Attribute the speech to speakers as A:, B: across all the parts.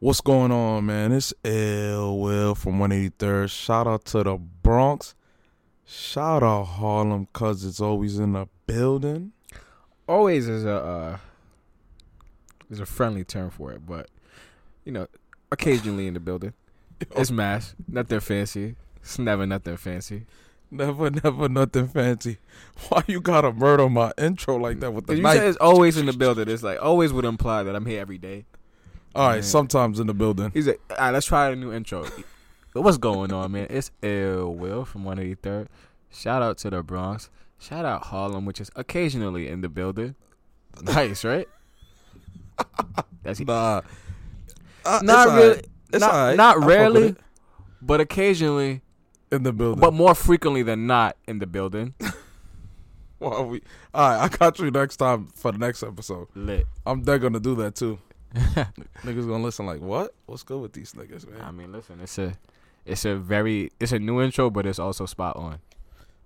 A: What's going on, man? It's L Will from 183rd. Shout out to the Bronx. Shout out Harlem, cause it's always in the building.
B: Always is a uh, is a friendly term for it, but you know, occasionally in the building. It's mass, nothing fancy. It's never nothing fancy.
A: Never, never nothing fancy. Why you gotta murder my intro like that with the
B: Because you
A: knife?
B: said it's always in the building. It's like always would imply that I'm here every day.
A: All right,
B: Man.
A: sometimes in the building.
B: He's like, all right, let's try a new intro. But What's going on, man? It's L Will from 183rd. Shout out to the Bronx. Shout out Harlem, which is occasionally in the building. Nice, right? That's
A: Nah, Uh,
B: not
A: it's
B: really,
A: alright. It's
B: not,
A: alright. I
B: not
A: fuck with
B: rarely,
A: it.
B: but occasionally,
A: in the building.
B: but more frequently than not in the building.
A: Why are we? All right, I got you next time for the next episode.
B: Lit.
A: I'm dead gonna do that too. niggas gonna listen like, what? What's good with these niggas, man?
B: I mean, listen, it's a, it's a very, it's a new intro, but it's also spot on.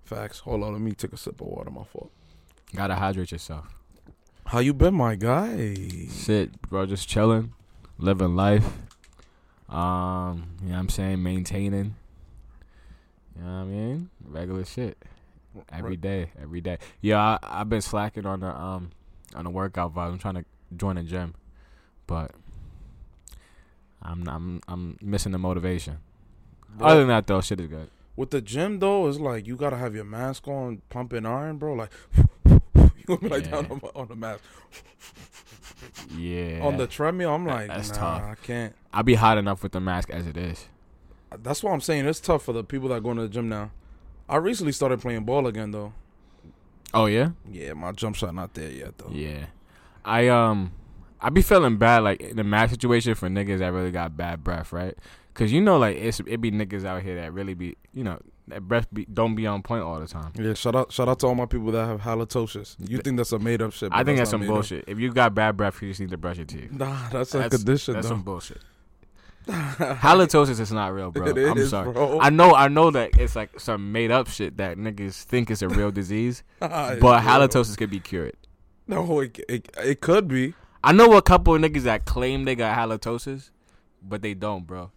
A: Facts. Hold on, let me take a sip of water. My fault.
B: Gotta hydrate yourself.
A: How you been, my guy?
B: Shit, bro, just chilling, living life. Um, you know what I'm saying? Maintaining. You know what I mean? Regular shit. Every day, every day. Yeah, I I've been slacking on the um on the workout vibe. I'm trying to join the gym, but I'm I'm I'm missing the motivation.
A: Bro,
B: Other than that though, shit is good.
A: with the gym though, it's like you gotta have your mask on, pumping iron, bro. Like you gonna be like
B: Yeah.
A: down on, on the mask
B: Yeah.
A: on the treadmill. I'm
B: That-
A: like,
B: that's
A: nah,
B: tough.
A: I can't.
B: I'll be hot enough with the mask as it is.
A: That's why I'm saying it's tough for the people that go to the gym now. I recently started playing ball again though.
B: Oh yeah?
A: Yeah, my jump shot not there yet though.
B: Yeah. I um I be feeling bad like in the mask situation for niggas that really got bad breath, right? Cause you know like it's it be niggas out here that really be you know, that breath be don't be on point all the time.
A: Yeah, shout out, shout out to all my people that have halitosis. You think that's a made up shit? but
B: I think that's
A: not
B: some
A: made up.
B: bullshit. If you got bad breath, you just need to brush your teeth.
A: Nah, that's a condition
B: That's
A: though.
B: some bullshit. Halitosis is not real, bro.
A: It
B: I'm
A: is,
B: sorry.
A: bro.
B: I know, I know that it's like some made up shit that niggas think is a real disease,
A: Nah, it's
B: but
A: real.
B: halitosis could be cured.
A: No, it, it it could be.
B: I know a couple of niggas that claim they got halitosis, but they don't, bro.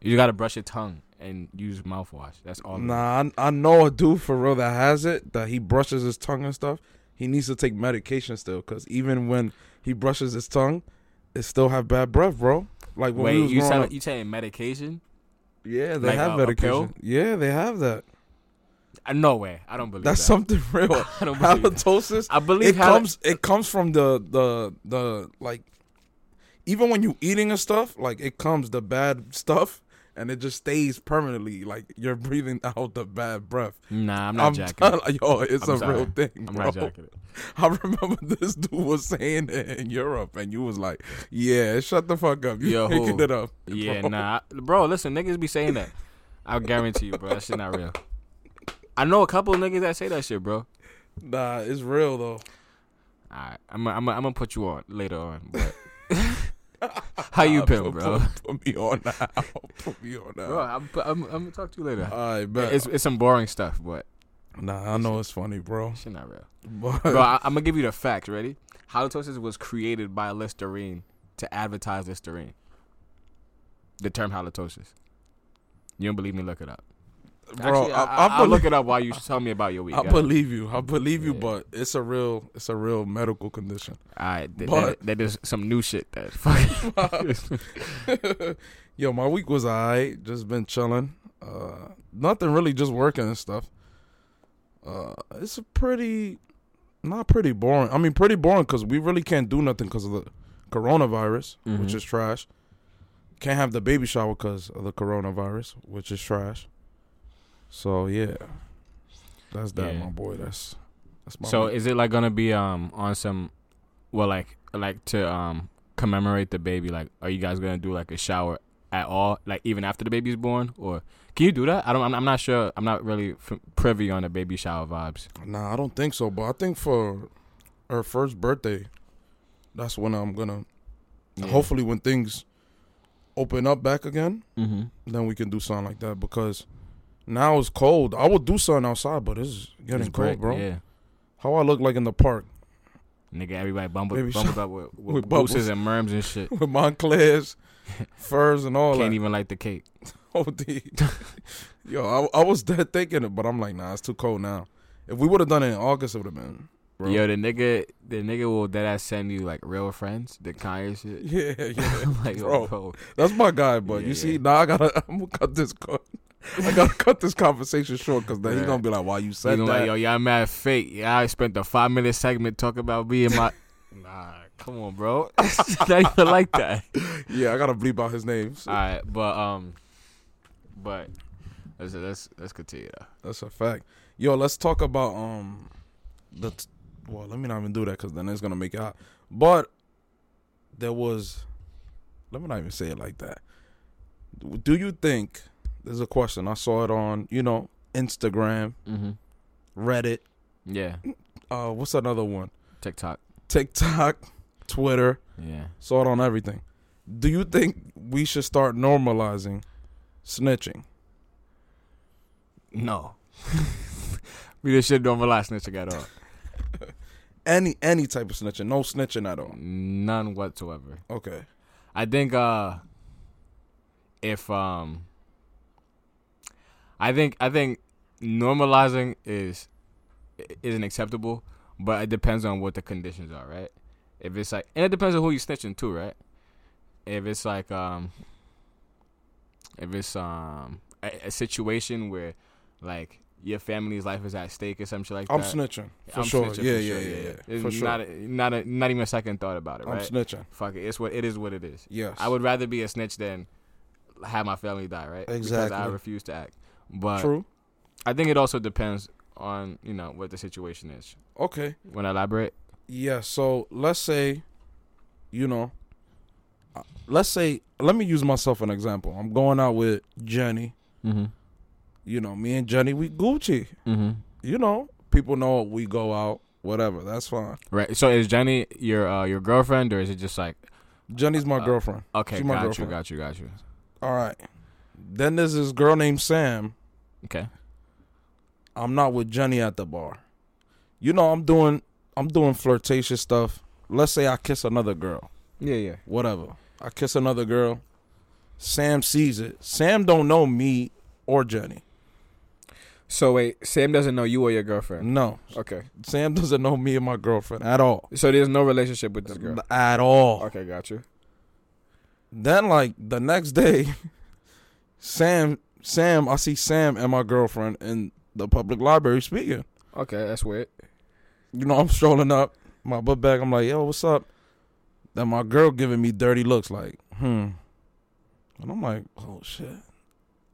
B: You gotta brush your tongue and use mouthwash. That's all. it is.
A: Nah, I, I know a dude for real that has it. That he brushes his tongue and stuff. He needs to take medication still, cause even when he brushes his tongue, it still have bad breath, bro. Like when we
B: Wait,
A: was
B: you
A: growing
B: tell
A: up-
B: you taking medication?
A: yeah, they
B: like
A: have
B: a- a
A: medication.
B: pill?
A: yeah, they have that.
B: Uh, No way. I don't believe
A: That's
B: that.
A: something real.
B: I don't believe that.
A: Halitosis.
B: I
A: It
B: believe hali-
A: comes. It comes from the the the like. Even when you eating and stuff, like it comes the bad stuff, and it just stays permanently. Like you're breathing out the bad breath.
B: Nah, I'm not jacking. it.
A: tell- yo, it's
B: I'm
A: a
B: sorry.
A: real thing,
B: I'm
A: bro.
B: not jacking it.
A: I remember this dude was saying it in Europe, and you was like, "Yeah, shut the fuck up, you
B: Yo,
A: making
B: who?
A: it up."
B: Yeah,
A: bro.
B: nah, I- bro. Listen, niggas be saying that. I guarantee you, bro. That shit not real. I know a couple of niggas that say that shit, bro.
A: Nah, it's real though.
B: Alright, I'm I'm I'm gonna put you on later on. But how you
A: Nah,
B: been,
A: put-
B: bro?
A: Put, put me on now. Put me on now.
B: Bro, I'm I'm, I'm gonna talk to you later.
A: I bet.
B: Uh, It's it's some boring stuff, but
A: nah, I know it's funny, bro.
B: shit not real.
A: But
B: Bro, I, I'm gonna give you the facts. Ready? Halitosis was created by Listerine to advertise Listerine. The term halitosis. You don't believe me? Look it up.
A: bro,
B: Actually,
A: I,
B: I,
A: I,
B: will
A: believe,
B: look it up while you tell me about your week.
A: I
B: guys.
A: believe you. I believe you,
B: Yeah.
A: but it's a real, it's a real medical condition.
B: All right, th-
A: But-
B: that, that is some new shit. That fucking
A: Yo, my week was alright. Just been chilling. Uh, nothing really, just working and stuff. Uh, it's a pretty, not pretty boring. I mean, pretty boring because we really can't do nothing because of the coronavirus, which
B: Mhm.
A: is trash. Can't have the baby shower because of the coronavirus, which is trash. So yeah, that's that,
B: Yeah.
A: my boy. That's that's my.
B: so
A: week.
B: is it like gonna be um on some, well like like to um commemorate the baby? Like, are you guys gonna do like a shower at all? Like even after the baby's born, or can you do that? I don't. I'm, I'm not sure. I'm not really f- privy on the baby shower vibes.
A: Nah, I don't think so. But I think for her first birthday, that's when I'm gonna.
B: Yeah.
A: Hopefully, when things open up back again,
B: Mm-hmm.
A: then we can do something like that. Because now it's cold. I would do something outside, but it's getting cold, bro.
B: Yeah,
A: How I look like in the park
B: nigga, everybody bumbled,
A: Baby
B: bumbled up with, with,
A: With bubbles.
B: boosters and merms and shit.
A: with Montclair's furs and all
B: Can't
A: that.
B: even like the cake.
A: Oh, dude. Yo, I, I was dead thinking it, but I'm like, nah, it's too cold now. If we would have done it in August, it would have been. Bro.
B: Yo, the nigga, the nigga will dead ass send you like real friends, the Kanye shit.
A: Yeah, yeah.
B: I'm like,
A: Bro.
B: yo, bro.
A: That's my guy, but
B: Yeah,
A: you see,
B: yeah.
A: now I gotta, I'm gonna cut this, co- I gotta cut this conversation short because then he's
B: Right.
A: gonna be like, why you
B: You
A: said
B: know,
A: that?
B: like, yo, y'all mad fake. Yeah, I spent the five minute segment talking about me and my. nah, come on, bro. It's Not even like that.
A: yeah, I gotta bleep out his name. So
B: All right, but um, but let's let's let's continue. Though.
A: That's a fact. Yo, let's talk about um, the t- well. Let me not even do that because then it's gonna make it hot. But there was. Let me not even say it like that. Do you think? There's a question. I saw it on you know Instagram,
B: Mm-hmm.
A: Reddit.
B: Yeah,
A: Uh, what's another one?
B: TikTok.
A: TikTok, Twitter.
B: Yeah,
A: Saw it on everything. Do you think we should start normalizing snitching?
B: no. we just should normalize snitching at all.
A: Any any type of snitching? No snitching at all.
B: None whatsoever.
A: Okay.
B: I think uh, if um, I think I think normalizing is isn't acceptable, but it depends on what the conditions are, right? If it's like, and it depends on who you snitching to, right? If it's like um, if it's um a, a situation where like your family's life is at stake or some shit like
A: I'm
B: that.
A: snitching for
B: I'm
A: sure.
B: snitching for
A: yeah,
B: sure,
A: yeah, yeah, yeah,
B: It's
A: for sure.
B: Not a, not a, not even a second thought about it,
A: I'm
B: right?
A: snitching.
B: Fuck it. It's what it is. What it is.
A: Yes,
B: I would rather be a snitch than have my family die, right? Because I
A: Exactly.
B: refuse to act. But
A: True.
B: I think it also depends on you know what the situation is.
A: Okay.
B: When I elaborate,
A: Yeah. So let's say, you know, uh, let's say, let me use myself an example. I'm going out with Jenny.
B: mm-hmm,
A: You know, me and Jenny, we Gucci.
B: mm-hmm.
A: You know, people know we go out. Whatever. That's fine.
B: right? So is Jenny your uh, your girlfriend or is it just like
A: Jenny's my
B: Uh,
A: girlfriend.
B: okay,
A: She's my
B: got you,
A: girlfriend.
B: got you, got you.
A: All right. Then there's this girl named Sam.
B: Okay,
A: I'm not with Jenny at the bar. You know, I'm doing, I'm doing flirtatious stuff. Let's say I kiss another girl.
B: yeah, yeah.
A: whatever. I kiss another girl. Sam sees it. Sam don't know me or Jenny.
B: So wait, Sam doesn't know you or your girlfriend.
A: No,
B: Okay,
A: Sam doesn't know me and my girlfriend at all.
B: so there's no relationship with
A: At all.
B: Okay, got you.
A: Then like the next day, Sam, Sam, I see Sam and my girlfriend in the public library speaking.
B: Okay, that's weird.
A: You know, I'm strolling up my butt bag. I'm like, yo, what's up? Then my girl giving me dirty looks, like, hmm. And I'm like, oh shit,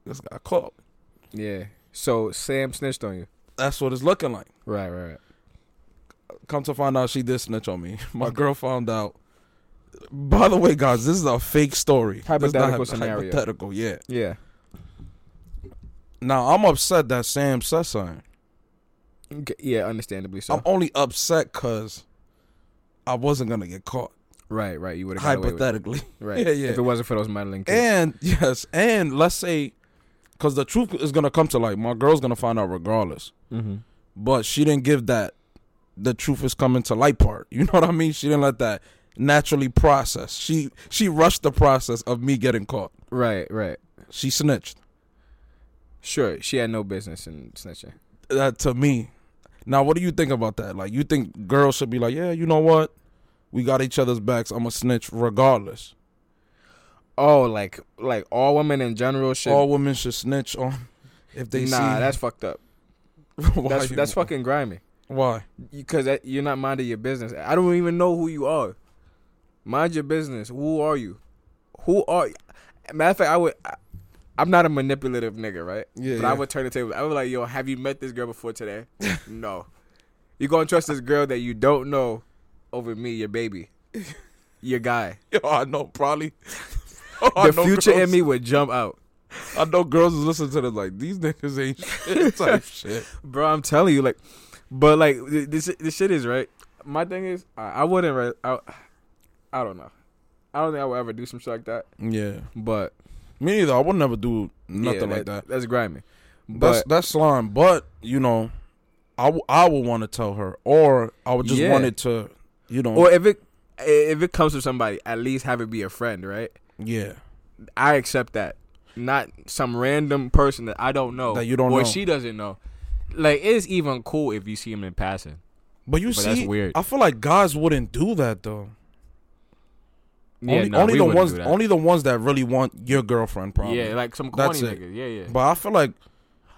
A: this got caught.
B: Yeah. So Sam snitched on you.
A: That's what it's looking like.
B: Right, right, right.
A: come to find out she did snitch on me. My girl found out. By the way, guys, this is a fake story. This is not
B: Hypothetical
A: hy-
B: scenario.
A: Hypothetical, yeah.
B: Yeah.
A: Now I'm upset that Sam said something.
B: Okay, yeah, understandably so.
A: I'm only upset because I wasn't gonna get caught.
B: Right, right. You would have
A: Hypothetically,
B: Right.
A: Yeah, yeah.
B: If it wasn't for those meddling kids.
A: and yes, and let's say, because the truth is gonna come to light. My girl's gonna find out regardless.
B: mm-hmm.
A: But she didn't give that. The truth is coming to light part. You know what I mean? She didn't let that naturally process. She she rushed the process of me getting caught.
B: Right, right.
A: She snitched.
B: Sure, she had no business in snitching.
A: That uh, to me. Now, what do you think about that? Like, you think girls should be like, yeah, you know what? We got each other's backs. I'm a snitch regardless.
B: Oh, like like all women in general should.
A: All women should snitch on if they see.
B: nah, that's fucked up.
A: Why
B: That's
A: you-
B: that's fucking grimy.
A: Why?
B: Because that- you're not minding your business. I don't even know who you are. Mind your business. Who are you? Who are? You? Matter of fact, I would. I, I'm not a manipulative nigga, right?
A: Yeah,
B: But
A: yeah.
B: I would turn the table. I would be like, yo, have you met this girl before today? no. You gonna trust this girl that you don't know over me, your baby, your guy.
A: Yo, I know probably. Oh,
B: The future in me would jump out,
A: I know girls is listening to this like these niggas ain't shit type shit.
B: bro. I'm telling you, like, but like th- this this shit is right. My thing is, I, I wouldn't. re- I, I don't know. I don't think I would ever do some shit like that.
A: Yeah,
B: But
A: me neither. I would never do
B: yeah,
A: nothing like that.
B: That's grimy.
A: That's
B: But
A: that's slime. But you know, I, w- I would want to tell her, or I would just
B: Yeah.
A: want it to, you know,
B: or if it if it comes from somebody, at least have it be a friend, right?
A: Yeah.
B: I accept that. Not some random person that I don't know
A: That you don't
B: or
A: know.
B: she doesn't know. Like it's even cool if you see him in passing.
A: But you
B: But
A: see,
B: that's weird.
A: I feel like guys wouldn't do that though.
B: Yeah,
A: only
B: no,
A: only
B: we
A: the
B: wouldn't
A: ones,
B: do that.
A: only the ones that really want your girlfriend, probably.
B: yeah, like some corny
A: That's it.
B: niggas. Yeah, yeah.
A: But I feel like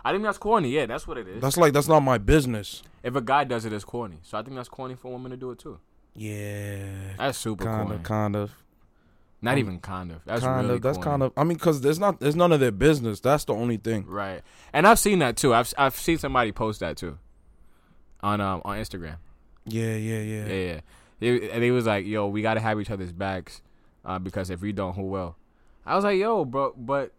B: I think that's corny. Yeah, that's what it is.
A: that's like that's not my business.
B: if a guy does it, it's corny. So I think that's corny for women to do it too.
A: Yeah,
B: That's super
A: kind
B: corny.
A: of, kind of,
B: Not even kind of. That's
A: kind
B: really
A: of. That's
B: corny.
A: kind of. I mean, because there's not, there's none of their business. That's the only thing.
B: right. And I've seen that too. I've I've seen somebody post that too, on um on Instagram.
A: Yeah, yeah, yeah.
B: Yeah, yeah. They, and they was like, "Yo, we gotta have each other's backs, uh, because if we don't, who will?" I was like, "Yo, bro, but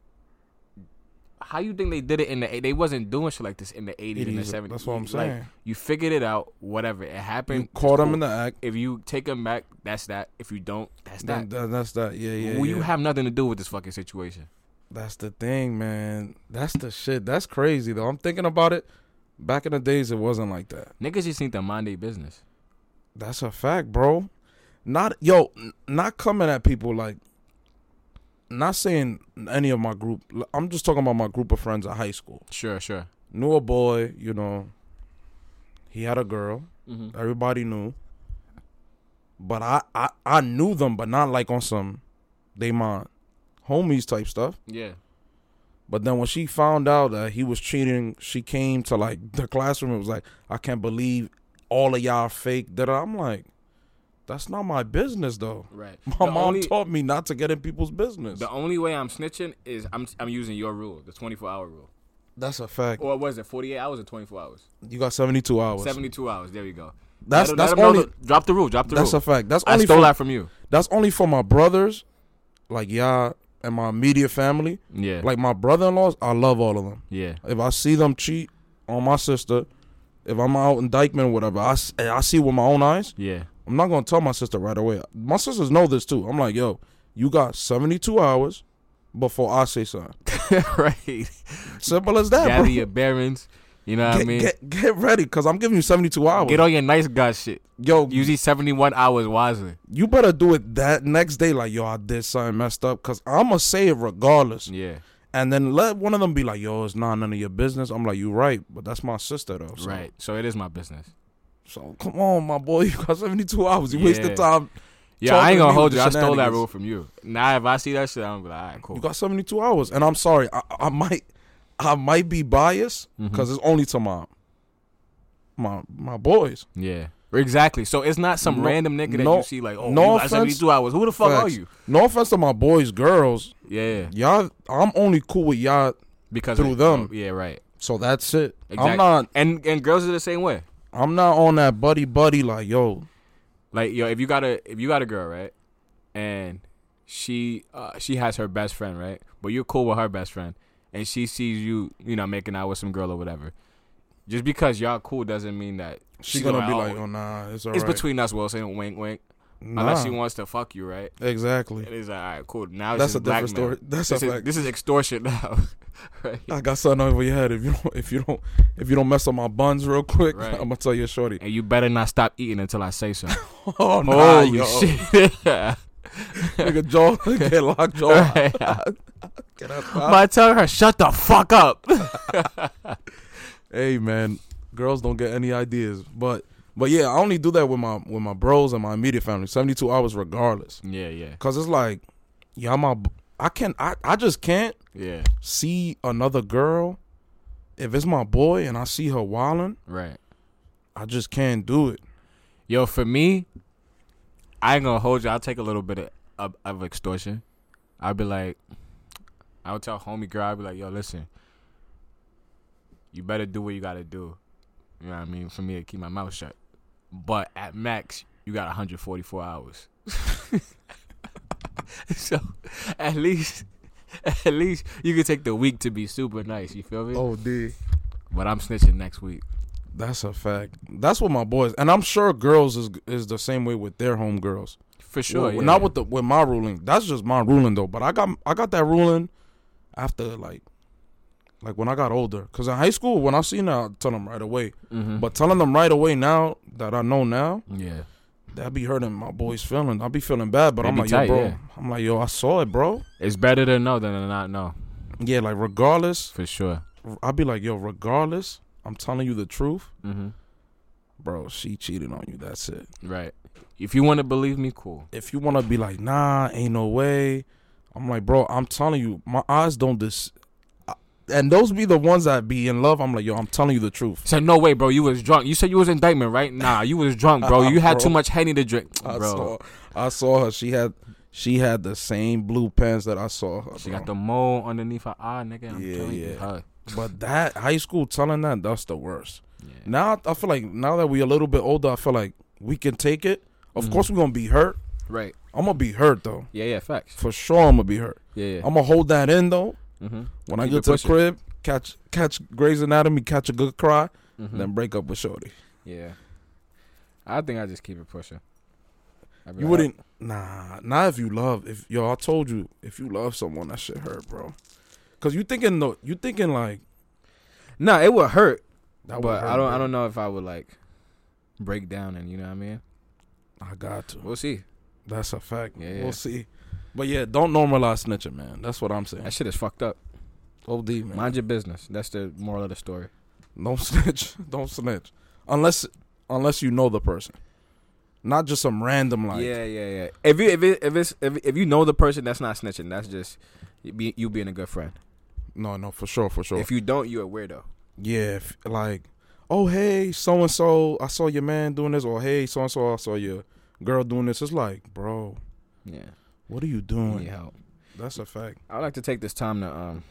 B: how you think they did it in the? eight- They wasn't doing shit like this in the eighties and the
A: 80s,
B: seventies.
A: that's what I'm saying.
B: you figured it out. Whatever, it happened.
A: You caught
B: it's
A: them
B: cool.
A: in the act.
B: If you take them back, that's that. If you don't, that's
A: Then
B: that.
A: that- that's that. Yeah, yeah.
B: well, you
A: yeah.
B: have nothing to do with this fucking situation.
A: That's the thing, man. That's the shit. That's crazy though. I'm thinking about it. Back in the days, it wasn't like that.
B: Niggas just need to mind their business.
A: That's a fact, bro. Not yo, n- not coming at people like. Not saying any of my group. L- I'm just talking about my group of friends at high school.
B: Sure, sure.
A: Knew a boy, you know. He had a girl.
B: hmm
A: Everybody knew. But I, I, I knew them, but not like on some, they my homies type stuff.
B: Yeah.
A: But then when she found out that he was cheating, she came to like the classroom and was like, I can't believe all of y'all fake. That I'm like, that's not my business though.
B: Right.
A: My
B: The
A: mom
B: only-
A: taught me not to get in people's business.
B: The only way I'm snitching is I'm I'm using your rule, the 24 hour rule.
A: That's a fact.
B: Or was it 48 hours or 24 hours?
A: You got 72 hours.
B: 72 hours. There you go.
A: That's-
B: Let 'em-
A: that's
B: let 'em know
A: only-
B: the- drop the rule. Drop the
A: That's
B: rule.
A: a fact. That's
B: I
A: only
B: stole
A: for,
B: that from you.
A: that's only for my brothers, like y'all and my immediate family.
B: Yeah.
A: Like my brother-in-laws, I love all of them.
B: yeah.
A: If I see them cheat on my sister, if I'm out in Dykeman, whatever, I, s- and I see with my own eyes.
B: Yeah.
A: I'm not gonna tell my sister right away. My sisters know this too. I'm like, yo, you got 72 hours before I say something.
B: right.
A: Simple as that,
B: Gather
A: bro.
B: your bearings. You know what
A: get,
B: I mean? Get,
A: get, get ready, cause I'm giving you 72 hours.
B: on your nice guy shit.
A: yo,
B: Use these 71 hours wisely.
A: you better do it that next day. Like, yo, I did something messed up, cause I'ma say it regardless.
B: Yeah.
A: And then let one of them be like, yo, it's not none of your business. I'm like, you right, but that's my sister though. So,
B: Right. So it is my business.
A: So come on, my boy, you got 72 hours. You
B: Yeah.
A: wasted time.
B: Yeah, I
A: Talking
B: ain't
A: to
B: gonna
A: me
B: hold
A: with
B: you.
A: the
B: I stole that
A: shenanigans.
B: rule from you. Now if I see that shit, I'm gonna be like, all right, cool.
A: You got 72 hours. And I'm sorry, I, I might I might be biased
B: Mhm.
A: because it's only to my my my boys.
B: Yeah. Exactly. So it's not some
A: No-
B: random nigga that
A: no-
B: you see like, oh,
A: no
B: you got
A: offense.
B: 72 hours. Who the fuck are
A: Facts.
B: you?
A: No offense to my boys, girls.
B: Yeah.
A: Y'all I'm only cool with y'all,
B: Because
A: Through
B: of-
A: them.
B: Yeah, right.
A: so that's it.
B: Exact-
A: I'm not
B: And and girls are the same way.
A: I'm not on that buddy buddy like yo.
B: Like yo, if you got a if you got a girl, right, and she uh, she has her best friend, right, but you're cool with her best friend, and she sees you, you know, making out with some girl or whatever. Just because y'all cool doesn't mean that
A: She
B: she's
A: gonna be like,
B: "Oh,
A: oh nah, it's alright.
B: it's between us, Wilson. Wink, wink.
A: nah.
B: Unless she wants to fuck you, right?
A: Exactly.
B: And it's like, all right, cool. Now
A: That's
B: this
A: a
B: is
A: different
B: blackmail.
A: story. That's
B: This
A: a
B: is,
A: fact.
B: this is extortion now, right?
A: I got something over your head. If you don't if you don't if you don't mess up my buns real quick,
B: Right.
A: I'm gonna tell you shorty.
B: And you better not stop eating until I say so.
A: Oh no,
B: Holy
A: yo.
B: shit!
A: Nigga jaw get locked jaw. Get up, ah. out.
B: But I tell her, shut the fuck up.
A: hey man, girls don't get any ideas. But but yeah, I only do that with my with my bros and my immediate family. Seventy two hours regardless,
B: Yeah, yeah,
A: cause it's like, yeah, my b- I can I I just can't
B: yeah.
A: see another girl if it's my boy and I see her wilding.
B: Right.
A: I just can't do it.
B: Yo, for me, I ain't gonna hold you. I'll take a little bit of, of, of extortion. I'll be like, I'll tell homie girl, I'll be like, yo, listen, you better do what you gotta do. You know what I mean? For me to keep my mouth shut. But at max, you got 144 hours. so at least, at least you can take the week to be super nice. You feel me?
A: Oh, D.
B: But I'm snitching next week.
A: That's a fact. That's what my boys, and I'm sure girls is is the same way with their homegirls.
B: For sure.
A: Well,
B: yeah.
A: Not with the with my ruling. That's just my ruling though. But I got I got that ruling after like like when I got older. Cause in high school, when I seen that, I tell them right away.
B: Mhm.
A: But telling them right away now that I know now,
B: yeah.
A: That be hurting my boy's feeling. I be feeling bad, but
B: They
A: I'm
B: be
A: like,
B: tight,
A: yo, bro.
B: yeah.
A: I'm like, yo, I saw it, bro.
B: It's better to know than to not know,
A: Yeah, like regardless,
B: for sure.
A: I be like, yo, regardless, I'm telling you the truth,
B: Mm-hmm.
A: bro. She cheated on you. That's it.
B: Right. If you want to believe me, cool.
A: If you wanna be like, nah, ain't no way. I'm like, bro, I'm telling you, my eyes don't dis. I- And those be the ones that be in love. I'm like, yo, I'm telling you the truth.
B: Said no way, bro. You was drunk. You said you was indictment, right? Nah, you was drunk, bro. You had
A: Bro.
B: too much henny to drink,
A: I
B: bro.
A: saw, I saw her. She had, she had the same blue pants that I saw her.
B: She
A: bro.
B: got the mole underneath her eye, nigga. I'm
A: Yeah,
B: telling
A: yeah.
B: you. Her.
A: But that high school telling that that's the worst.
B: Yeah.
A: Now I feel like now that we're a little bit older, I feel like we can take it. Of
B: Mm.
A: course, we're gonna be hurt.
B: Right.
A: I'm gonna be hurt though,
B: Yeah, yeah. Facts.
A: for sure. I'm gonna be hurt.
B: Yeah, yeah.
A: I'm gonna hold that in though.
B: mm-hmm.
A: When I
B: Keep
A: get
B: it
A: to the
B: pushing.
A: crib, catch catch Grey's Anatomy, catch a good cry,
B: Mm-hmm.
A: then break up with Shorty.
B: Yeah. I think I just keep it pushing. I'd be
A: You
B: like,
A: wouldn't, nah, not if you love. If yo, I told you, if you love someone, that shit hurt, bro. Cause you thinking no, you thinking like
B: No, it would hurt.
A: that. would
B: but
A: hurt,
B: I don't. I
A: bro.
B: don't know if I would like break down and you know what I mean.
A: I got to.
B: We'll see.
A: That's a fact.
B: Yeah, yeah.
A: We'll see. But yeah, don't normalize snitching, man. That's what I'm saying.
B: That shit is fucked up.
A: OD, man.
B: Mind your business. That's the moral of the story.
A: Don't snitch. Don't snitch. Unless unless you know the person. Not just some random like
B: yeah, yeah, yeah. If you if it, if it's if, if you know the person, that's not snitching. That's just you, be, you being a good friend.
A: No, no, for sure, for sure.
B: If you don't, you're a weirdo.
A: yeah, if, like, oh hey, so and so, I saw your man doing this, or hey, so and so, I saw your girl doing this. It's like, bro,
B: Yeah,
A: what are you
B: you
A: doing?
B: need help.
A: That's a fact.
B: I'd like to take this time to um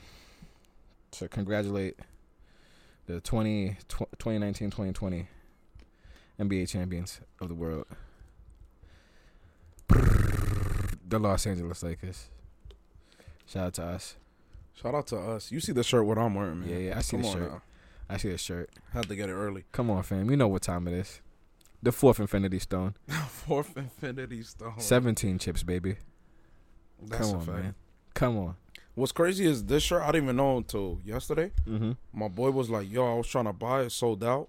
B: to congratulate the 20, tw- 2019 2020 NBA champions of the world. The Los Angeles Lakers. Shout out to us.
A: Shout out to us. You see the shirt what I'm wearing, man.
B: Yeah, yeah, I see the
A: on
B: shirt.
A: now.
B: I see a shirt.
A: Had to get it early.
B: Come on, fam. You know what time it is. The fourth Infinity Stone.
A: Fourth Infinity Stone.
B: 17 chips, baby.
A: That's
B: Come
A: a
B: on,
A: fact.
B: man. Come on.
A: What's crazy is this shirt I didn't even know until yesterday.
B: Mm-hmm.
A: my boy was like, yo, I was trying to buy it, sold out.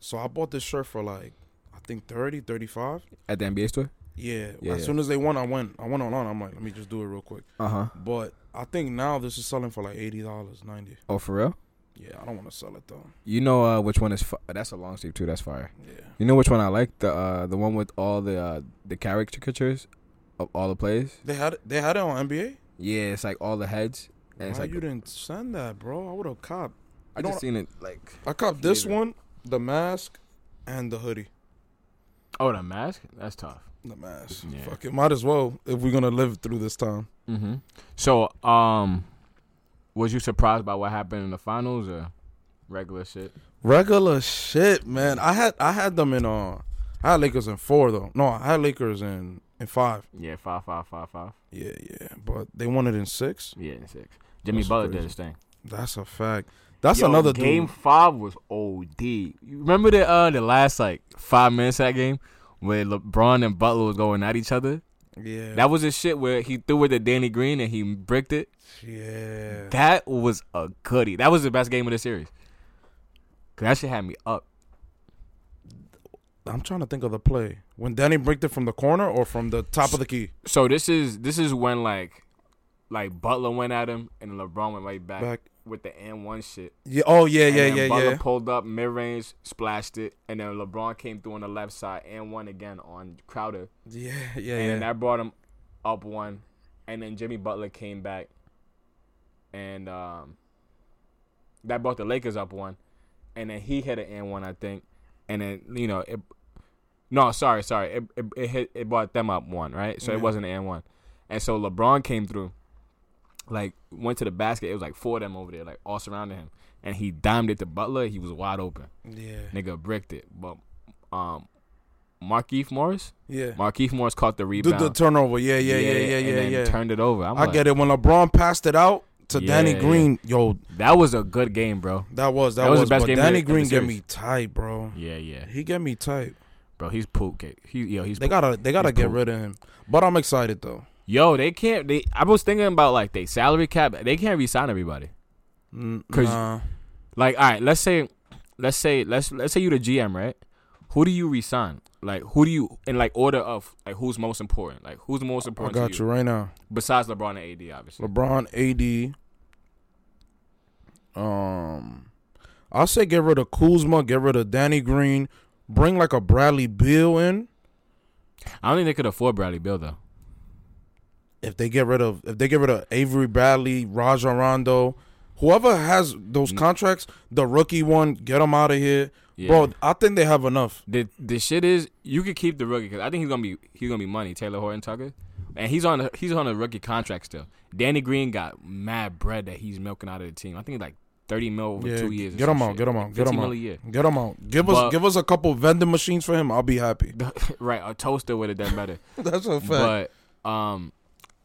A: So I bought this shirt for like, I think 30, 35.
B: At the NBA store?
A: Yeah.
B: Yeah,
A: as
B: yeah.
A: soon as they won, I went. I went online. I'm like, let me just do it real quick.
B: Uh huh.
A: But I think now this is selling for like $80, 90
B: Oh, for real?
A: Yeah, I don't want to sell it though.
B: You know uh, which one is. Fi- that's a long sleeve, too. That's fire.
A: Yeah.
B: You know which one I like? The uh, the one with all the uh, the caricatures of all the plays.
A: They had it, they had it on NBA?
B: Yeah, it's like all the heads. And it's
A: Why
B: like
A: you didn't send that, bro? I would have copped.
B: I
A: you know
B: just
A: what-
B: seen it like.
A: I copped this
B: Neither.
A: one, the mask, and the hoodie.
B: Oh, the mask. That's tough.
A: The mask.
B: Yeah.
A: Fuck it. Might as well if we're going to live through this time.
B: Mm-hmm. So, um, was you surprised by what happened in the finals or regular shit?
A: Regular shit, man. I had I had them in uh I had Lakers in four though. No, I had Lakers in in five.
B: Yeah, five, five, five, five.
A: Yeah, yeah. But they won it in six.
B: Yeah, and six. Jimmy
A: That's
B: Butler
A: crazy.
B: did his thing.
A: That's a fact. That's
B: Yo,
A: another
B: game
A: dude.
B: five was OD. You remember the uh the last like five minutes of that game where LeBron and Butler was going at each other.
A: Yeah.
B: That was a shit where he threw it to Danny Green and he bricked it.
A: yeah.
B: That was a goodie. That was the best game of the series. Cause that shit had me up.
A: I'm trying to think of the play. When Danny bricked it from the corner or from the top of the key?
B: So this is this is when like like Butler went at him and LeBron went right back,
A: Back.
B: with the and one shit.
A: Yeah, oh yeah,
B: And
A: yeah,
B: then
A: yeah,
B: Butler
A: yeah.
B: pulled up mid range, splashed it, and then LeBron came through on the left side and one again on Crowder.
A: Yeah, yeah,
B: and
A: yeah.
B: then that brought him up one. And then Jimmy Butler came back, and um, that brought the Lakers up one. And then he hit an and one, I think. And then you know it. No, sorry, sorry. It it, it hit it brought them up one, right? So
A: Yeah.
B: it wasn't an and one. And so LeBron came through, like went to the basket. It was like four of them over there, like all surrounding him. And he dimed it to Butler. He was wide open.
A: yeah.
B: Nigga bricked it. But um, Markeith Morris,
A: Yeah.
B: Markeith Morris caught the
A: Do
B: rebound.
A: the turnover. Yeah, yeah, yeah, yeah,
B: and
A: yeah,
B: then
A: yeah.
B: Turned it over. I'm
A: I
B: like,
A: get it. When LeBron passed it out to Danny
B: Yeah.
A: Green, yo,
B: That was a good game, bro.
A: that was that,
B: That
A: was,
B: was the best
A: but
B: game of the-
A: Danny
B: of the
A: Green get
B: series.
A: me tight, bro.
B: Yeah, yeah,
A: He get me tight.
B: bro. He's poop cake. He, yo, he's.
A: They gotta they gotta
B: He's
A: get
B: cool.
A: rid of him. But I'm excited though.
B: yo, they can't. They. I was thinking about like they salary cap. They can't resign everybody.
A: N-
B: 'Cause-
A: nah.
B: Like, all right, let's say, let's say, let's let's say you the GM, right? who do you resign? Like who do you in like order of like who's most important? Like who's
A: I
B: most important
A: got
B: to
A: you
B: you,
A: right now.
B: besides LeBron and AD, obviously.
A: LeBron, AD. Um, I'll say get rid of Kuzma, get rid of Danny Green, bring like a Bradley Beal in.
B: I don't think they could afford Bradley Bill though.
A: If they get rid of, if they get rid of Avery Bradley, Rajon Rondo, whoever has those contracts, the rookie one, get them out of here,
B: Mm. Yeah.
A: bro. I think they have enough.
B: The the shit is you could keep the rookie because I think he's gonna be he's gonna be money Taylor Horton Tucker, and he's on a, he's on a rookie contract still. Danny Green got mad bread that he's milking out of the team. I think it's like thirty mil over
A: Yeah,
B: two years. or
A: get
B: some
A: him out,
B: shit.
A: get him
B: Like
A: out, get him
B: 15 mil
A: out.
B: a year.
A: Get them out. Give us,
B: But-
A: give us a couple vending machines for him. I'll be happy.
B: right, a toaster would have done better.
A: That's a fact.
B: But um,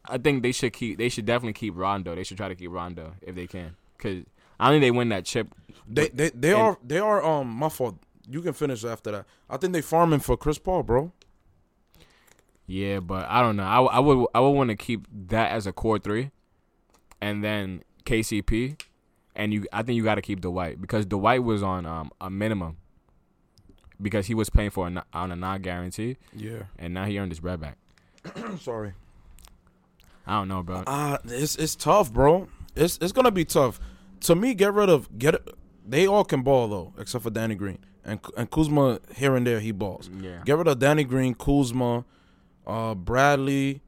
B: I think they should keep. They should definitely keep Rondo. They should try to keep Rondo if they can, because I think they win that chip.
A: They they they
B: And-
A: are they are um my fault. You can finish after that. I think they farming for Chris Paul, bro.
B: Yeah, but I don't know. I, w- I would I would want to keep that as a core three, and then KCP, and you. I think you got to keep Dwight because Dwight was on um a minimum. Because he was paying for a, no- on a non guarantee,
A: Yeah,
B: and now he earned his bread back.
A: I'm sorry.
B: I don't know, bro.
A: Uh it's it's tough, bro. It's it's gonna be tough. To me, get rid of get. They all can ball though, except for Danny Green and and Kuzma here and there. He balls.
B: Yeah,
A: Get rid of Danny Green, Kuzma, uh, Bradley.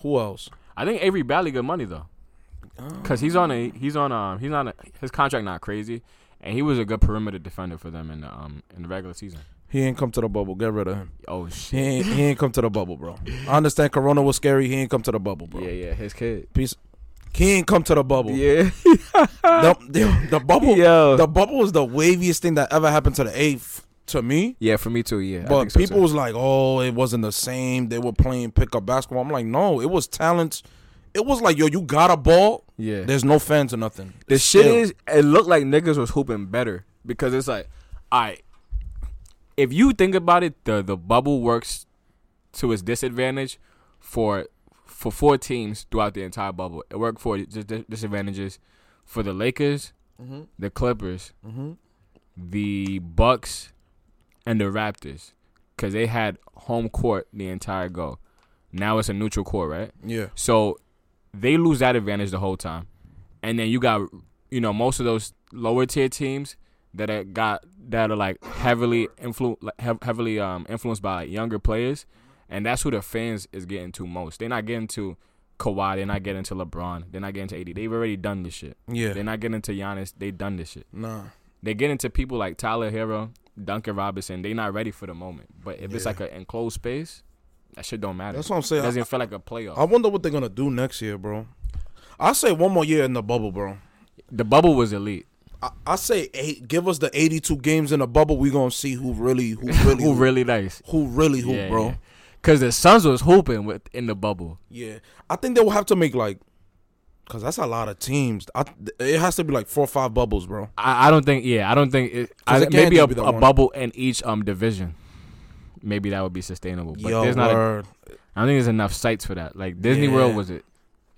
A: Who else?
B: I think Avery Bradley good money though. Cause he's on a he's on um he's on a, his contract not crazy, and he was a good perimeter defender for them in the um in the regular season.
A: He ain't come to the bubble. Get rid of him.
B: Oh
A: He
B: shit!
A: ain't, he ain't come to the bubble, bro. I understand Corona was scary. He ain't come to the bubble, bro.
B: Yeah, yeah, his kid.
A: Peace. He ain't come to the bubble.
B: Yeah,
A: the, the, the bubble
B: yo,
A: the bubble was the waviest thing that ever happened to the eighth to me.
B: yeah, for me too. Yeah, I
A: But
B: think so,
A: people
B: too.
A: was like, "Oh, it wasn't the same. They were playing pickup basketball." I'm like, "No, it was talents. It was like, yo, you got a ball.
B: yeah,
A: There's no fans or nothing.
B: The shit
A: Still.
B: is, it looked like niggas was hooping better because it's like, all right, if you think about it, the the bubble works to its disadvantage for for four teams throughout the entire bubble. It worked for dis- dis- disadvantages for the Lakers,
A: Mhm.
B: the Clippers,
A: Mhm.
B: the Bucks, and the Raptors because they had home court the entire go. Now it's a neutral court, right?
A: Yeah,
B: So they lose that advantage the whole time. And then you got you know most of those lower tier teams that are got that are like heavily influ like, hev- heavily um influenced by like, younger players, and that's who the fans is getting to most. They're not getting to Kawhi. They're not getting to LeBron. They're not getting to AD. They've already done this shit.
A: yeah,
B: They're not getting to Giannis. They done this shit.
A: nah,
B: They get into people like Tyler Hero, Duncan Robinson. They not ready for the moment. But if it's
A: Yeah.
B: like an enclosed space, that shit don't matter.
A: that's what I'm
B: it
A: saying. I,
B: doesn't feel like a playoff.
A: I wonder what they're gonna do next year, bro. I say one more year in the bubble, bro.
B: The bubble was elite.
A: I, I say eight. Give us the 82 games in the bubble. We gonna see who really, who really,
B: Who really nice.
A: who really, who,
B: yeah,
A: bro.
B: Because the Suns was hooping with in the bubble.
A: Yeah, I think they will have to make like, cause that's a lot of teams. I, it has to be like four or five bubbles, bro.
B: I, I don't think. Yeah, I don't think. It, I,
A: 'Cause it
B: maybe
A: can't
B: a,
A: be the
B: a
A: one.
B: bubble in each um division. Maybe that would be sustainable. But
A: Yo,
B: there's not. A,
A: word.
B: I don't think there's enough sites for that. Like Disney World
A: Yeah.
B: was it?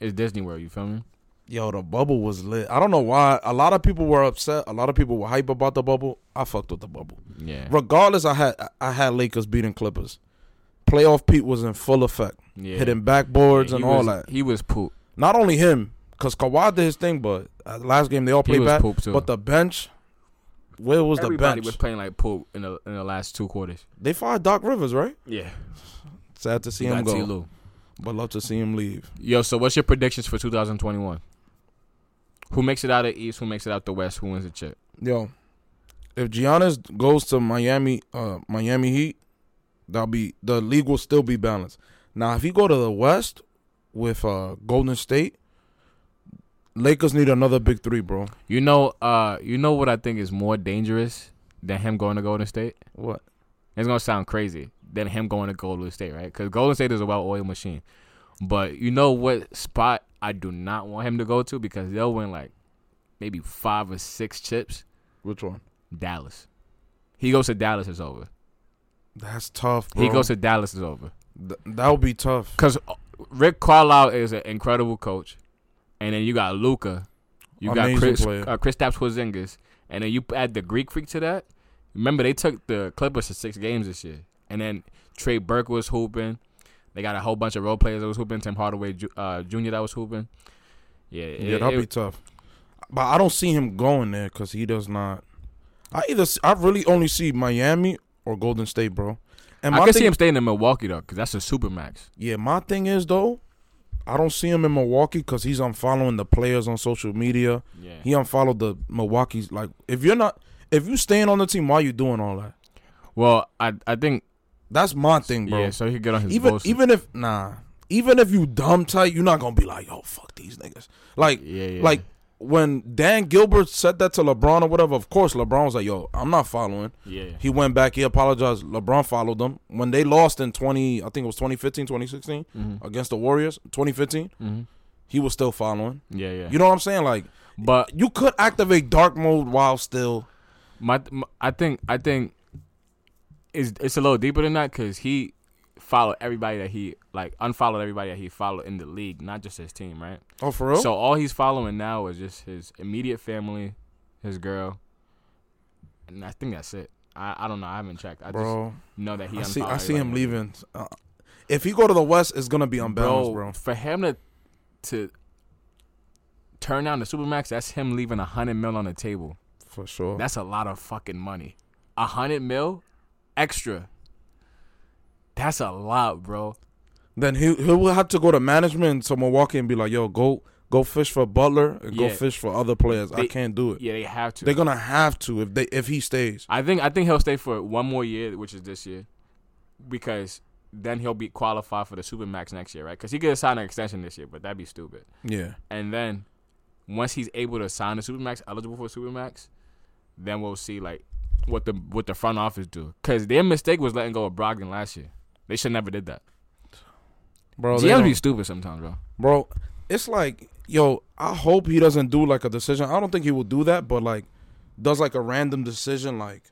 B: It's Disney World. You feel me?
A: yo, the bubble was lit. I don't know why. A lot of people were upset. A lot of people were hype about the bubble. I fucked with the bubble.
B: Yeah.
A: Regardless, I had I had Lakers beating Clippers. Playoff Pete was in full effect,
B: yeah.
A: hitting backboards
B: Yeah,
A: and
B: he
A: all
B: was-
A: that.
B: He was poop.
A: Not only him, cause Kawhi did his thing, but uh, last game they all
B: He
A: played
B: was
A: back.
B: poop too.
A: But the bench, where was
B: Everybody
A: the bench?
B: was playing like poop in the in the last two quarters.
A: they fired Doc Rivers, right?
B: Yeah.
A: Sad to see him go, but love to see him leave.
B: Yo, so what's your predictions for 2021? Who makes it out of East? Who makes it out the West? Who wins the chip?
A: Yo, if Giannis goes to Miami, uh, Miami Heat, that'll be the league will still be balanced. Now, if he go to the West with uh Golden State, Lakers need another big three, bro.
B: You know, uh, you know what I think is more dangerous than him going to Golden State.
A: What?
B: It's gonna sound crazy than him going to Golden State, right? Because Golden State is a well-oiled machine. But you know what spot I do not want him to go to because they'll win like maybe five or six chips.
A: Which one?
B: Dallas. He goes to Dallas is over.
A: That's tough, bro.
B: He goes to Dallas is over.
A: Th- that would be tough.
B: Because Rick Carlisle is an incredible coach, and then you got Luca, you
A: Amazing
B: got Chris
A: player.
B: uh, Kristaps Porzingis, and then you add the Greek Freak to that. Remember, they took the Clippers to six games this year, and then Trey Burke was hooping. They got a whole bunch of role players that was hooping. Tim Hardaway Ju- uh, Jr. that was hooping. Yeah,
A: Yeah,
B: it,
A: that'd
B: it-
A: be tough. But I don't see him going there because he does not. I either s- I really only see Miami or Golden State, bro. And
B: I
A: my
B: could
A: thing,
B: see him staying in Milwaukee though, because that's a super max.
A: yeah, my thing is though, I don't see him in Milwaukee because he's unfollowing the players on social media.
B: Yeah,
A: He unfollowed the Milwaukee's. Like, if you're not, if you staying on the team, why you doing all that?
B: Well, I I think
A: That's my thing, bro.
B: yeah. So he could get on his
A: even
B: bullshit.
A: even if nah, even if you dumb tight, you're not gonna be like, yo, fuck these niggas. Like,
B: yeah, yeah.
A: like when Dan Gilbert said that to LeBron or whatever, of course LeBron was like, "Yo, I'm not following."
B: yeah,
A: He went back, he apologized. LeBron followed them when they lost in 20, I think it was 2015, 2016
B: hmm
A: against the Warriors, 2015.
B: hmm
A: He was still following.
B: yeah, yeah.
A: You know what I'm saying? Like
B: but
A: you could activate dark mode while still.
B: my, my I think I think it's it's a little deeper than that because he followed everybody that he like unfollowed everybody that he followed in the league, not just his team, right?
A: Oh, for real?
B: So all he's following now is just his immediate family, his girl, and I think that's it. I, I don't know. I haven't checked. I
A: bro,
B: just know that he.
A: I see, I
B: unfollowed
A: see him
B: everybody.
A: leaving. Uh, if he go to the West, it's gonna be unbalanced, bro.
B: For him to to turn down the supermax, that's him leaving a hundred mil on the table.
A: For sure.
B: That's a lot of fucking money. A hundred mil extra. That's a lot, bro.
A: Then he he will have to go to management to Milwaukee and be like, "Yo, go go fish for Butler and
B: Yeah.
A: go fish for other players. I
B: They-
A: can't do it.
B: Yeah, they have to.
A: They're gonna have to if they if he stays.
B: I think I think he'll stay for one more year, which is this year, because then he'll be qualified for the supermax next year, right? Because he could sign an extension this year, but that'd be stupid.
A: Yeah,
B: And then once he's able to sign a supermax, eligible for a supermax, then we'll see like what the what the front office do. Cause their mistake was letting go of Brogdon last year. They should never did that.
A: bro. they
B: GMs be
A: don't-
B: stupid sometimes, bro.
A: bro, it's like, yo, I hope he doesn't do like a decision. I don't think he will do that, but like, does like a random decision, like,